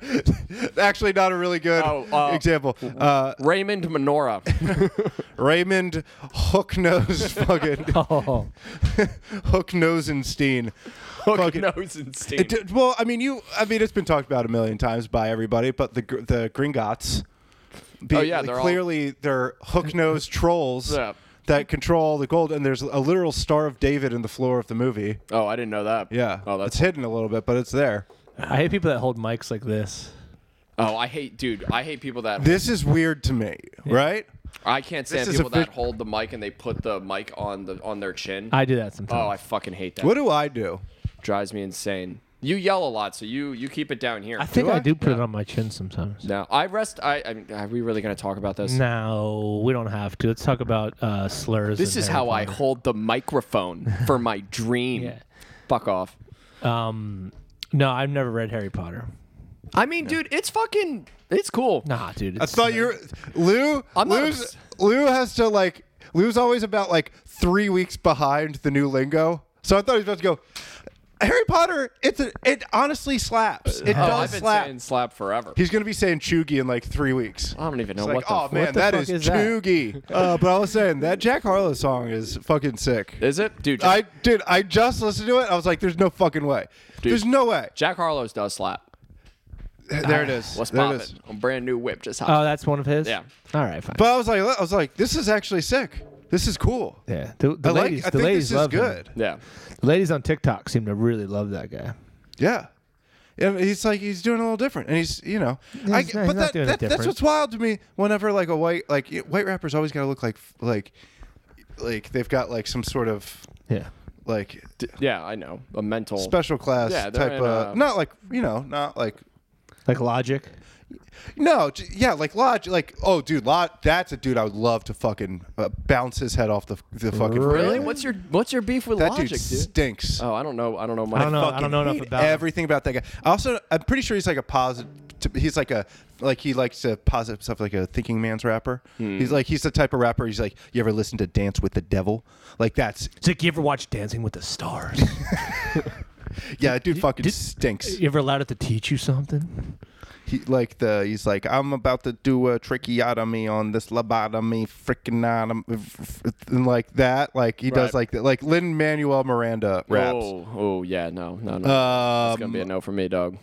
Speaker 3: actually, not a really good
Speaker 1: Oh, uh,
Speaker 3: example. Uh,
Speaker 1: Raymond Menorah.
Speaker 3: Raymond Hooknose fucking
Speaker 2: Oh,
Speaker 3: Hooknosenstein.
Speaker 1: Hook
Speaker 3: Fucking-
Speaker 1: nose and steam.
Speaker 3: It did- well, I mean, you. I mean, it's been talked about a million times by everybody, but the gr- the Gringotts. Be,
Speaker 1: Oh, yeah, they're all-
Speaker 3: clearly they're hook nosed trolls
Speaker 1: Yeah.
Speaker 3: that control the gold, and there's a literal Star of David in the floor of the movie.
Speaker 1: oh, I didn't know that.
Speaker 3: Yeah,
Speaker 1: Oh, that's.
Speaker 3: it's hidden a little bit, but it's there.
Speaker 2: I hate people that hold mics like this.
Speaker 1: Oh, I hate, dude. I hate people that.
Speaker 3: This is weird to me, right?
Speaker 1: I can't stand
Speaker 3: is a
Speaker 1: people that
Speaker 3: vid-
Speaker 1: hold the mic and they put the mic on the on their chin.
Speaker 2: I do that
Speaker 1: oh,
Speaker 2: sometimes.
Speaker 1: I fucking hate that.
Speaker 3: What do I do?
Speaker 1: drives me insane. You yell a lot, so you you keep it down here.
Speaker 2: I think
Speaker 3: Do
Speaker 2: I?
Speaker 3: I?
Speaker 2: do put it on my chin sometimes.
Speaker 1: no, I rest. I, I mean, are we really gonna talk about this?
Speaker 2: No, we don't have to. Let's talk about uh, slurs.
Speaker 1: This
Speaker 2: and
Speaker 1: is
Speaker 2: Harry
Speaker 1: how I
Speaker 2: Potter.
Speaker 1: hold the microphone for my dream.
Speaker 2: Yeah.
Speaker 1: Fuck off.
Speaker 2: Um, no, I've never read Harry Potter.
Speaker 1: I mean, dude, it's fucking. It's cool.
Speaker 2: Nah, dude.
Speaker 3: I
Speaker 2: It's,
Speaker 3: thought you were Lou.
Speaker 1: I'm not
Speaker 3: Lou's-
Speaker 1: obs-
Speaker 3: Lou has to like. Lou's always about like three weeks behind the new lingo. So I thought he was about to go. Harry Potter. It's a, it honestly slaps. It
Speaker 1: Oh, I've
Speaker 3: does
Speaker 1: been
Speaker 3: slap.
Speaker 1: saying slap forever.
Speaker 3: He's gonna be saying Chugi in like three weeks.
Speaker 1: I don't even know
Speaker 3: It's like,
Speaker 1: what the.
Speaker 3: oh
Speaker 1: fuck-
Speaker 3: man,
Speaker 2: the
Speaker 3: that
Speaker 2: fuck
Speaker 3: is,
Speaker 2: is that?"
Speaker 3: Chugi. Uh, but I was saying that Jack Harlow song is fucking sick.
Speaker 1: Is it, dude?
Speaker 3: I did. I just listened to it. I was like, "There's no fucking way. There's no way."
Speaker 1: Jack Harlow's does slap.
Speaker 3: There it is.
Speaker 1: Ah, What's
Speaker 3: there it
Speaker 1: poppin'?
Speaker 3: is. Uh,
Speaker 1: A brand new whip just
Speaker 2: oh,
Speaker 1: hopped.
Speaker 2: that's one of his.
Speaker 1: Yeah.
Speaker 2: All right, fine.
Speaker 3: But I was like, I was like, this is actually sick. This is cool.
Speaker 2: yeah, the, the
Speaker 3: I like.
Speaker 2: ladies,
Speaker 3: I
Speaker 2: the
Speaker 3: think
Speaker 2: ladies
Speaker 3: this is
Speaker 2: love him.
Speaker 3: good.
Speaker 1: yeah.
Speaker 2: The ladies on TikTok seem to really love that guy.
Speaker 3: Yeah. And he's like he's doing a little different, and he's you know, I,
Speaker 2: He's not-
Speaker 3: but
Speaker 2: he's not
Speaker 3: that,
Speaker 2: doing it
Speaker 3: that that's
Speaker 2: different.
Speaker 3: what's wild to me. Whenever like a white like y- white rappers always got to look like like like they've got like some sort of
Speaker 2: Yeah.
Speaker 3: like
Speaker 4: D- yeah, I know. A mental.
Speaker 3: special class
Speaker 4: Yeah, they're
Speaker 3: type
Speaker 4: in uh, a-
Speaker 3: of not like you know not like
Speaker 2: Like logic.
Speaker 3: no j- yeah like lodge like oh dude lodge that's a dude I would love to fucking uh, bounce his head off the the fucking
Speaker 4: Really?
Speaker 3: floor.
Speaker 4: What's your What's your beef with
Speaker 3: that
Speaker 4: logic,
Speaker 3: dude
Speaker 4: dude?
Speaker 3: stinks
Speaker 4: Oh, I don't know. I don't know. My
Speaker 2: I don't know. I
Speaker 3: fucking
Speaker 2: don't know enough
Speaker 3: hate
Speaker 2: about him.
Speaker 3: everything about that guy. I also, I'm pretty sure he's like a positive. He's like a like he likes to posit himself like a thinking man's rapper.
Speaker 4: Hmm.
Speaker 3: He's like he's the type of rapper. He's like you ever listen to Dance with the Devil? Like that's
Speaker 2: It's like you ever watch Dancing with the Stars?
Speaker 3: yeah, that dude fucking
Speaker 2: did-
Speaker 3: stinks.
Speaker 2: you ever allowed it to teach you something?
Speaker 3: He like the he's like I'm about to do a tracheotomy on this lobotomy freaking and like that. Like he
Speaker 4: Right.
Speaker 3: does like that. Like Lin Manuel Miranda raps.
Speaker 4: Oh, oh yeah, no, no, no.
Speaker 3: Um,
Speaker 4: it's gonna be a no for me, dog.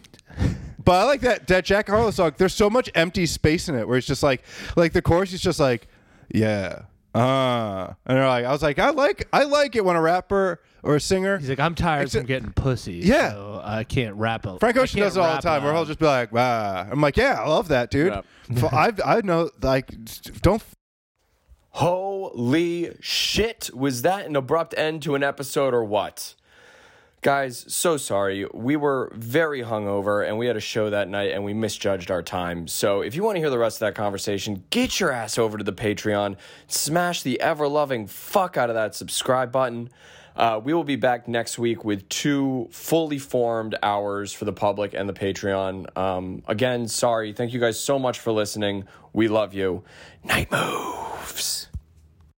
Speaker 3: But I like that that Jack Harlow song. There's so much empty space in it where it's just like like the chorus is just like, yeah. Uh and they're like I was like, I like I like it when a rapper or a singer
Speaker 2: He's like, I'm tired
Speaker 3: Except-
Speaker 2: from getting pussy.
Speaker 3: Yeah.
Speaker 2: so I can't rap. A,
Speaker 3: Frank
Speaker 2: I
Speaker 3: Ocean
Speaker 2: can't
Speaker 3: does it all the
Speaker 2: rap
Speaker 3: time where
Speaker 2: loud."
Speaker 3: he'll just be like, ah. I'm like, yeah, I love that, dude.
Speaker 4: Yep.
Speaker 3: F- I I know like don't
Speaker 1: Holy shit! Was that an abrupt end to an episode or what? Guys, so sorry. We were very hungover and we had a show that night and we misjudged our time. So if you want to hear the rest of that conversation, get your ass over to the Patreon, smash the ever loving fuck out of that subscribe button. Uh, we will be back next week with two fully formed hours for the public and the Patreon. Um, again, sorry. Thank you guys so much for listening. We love you. Night moves.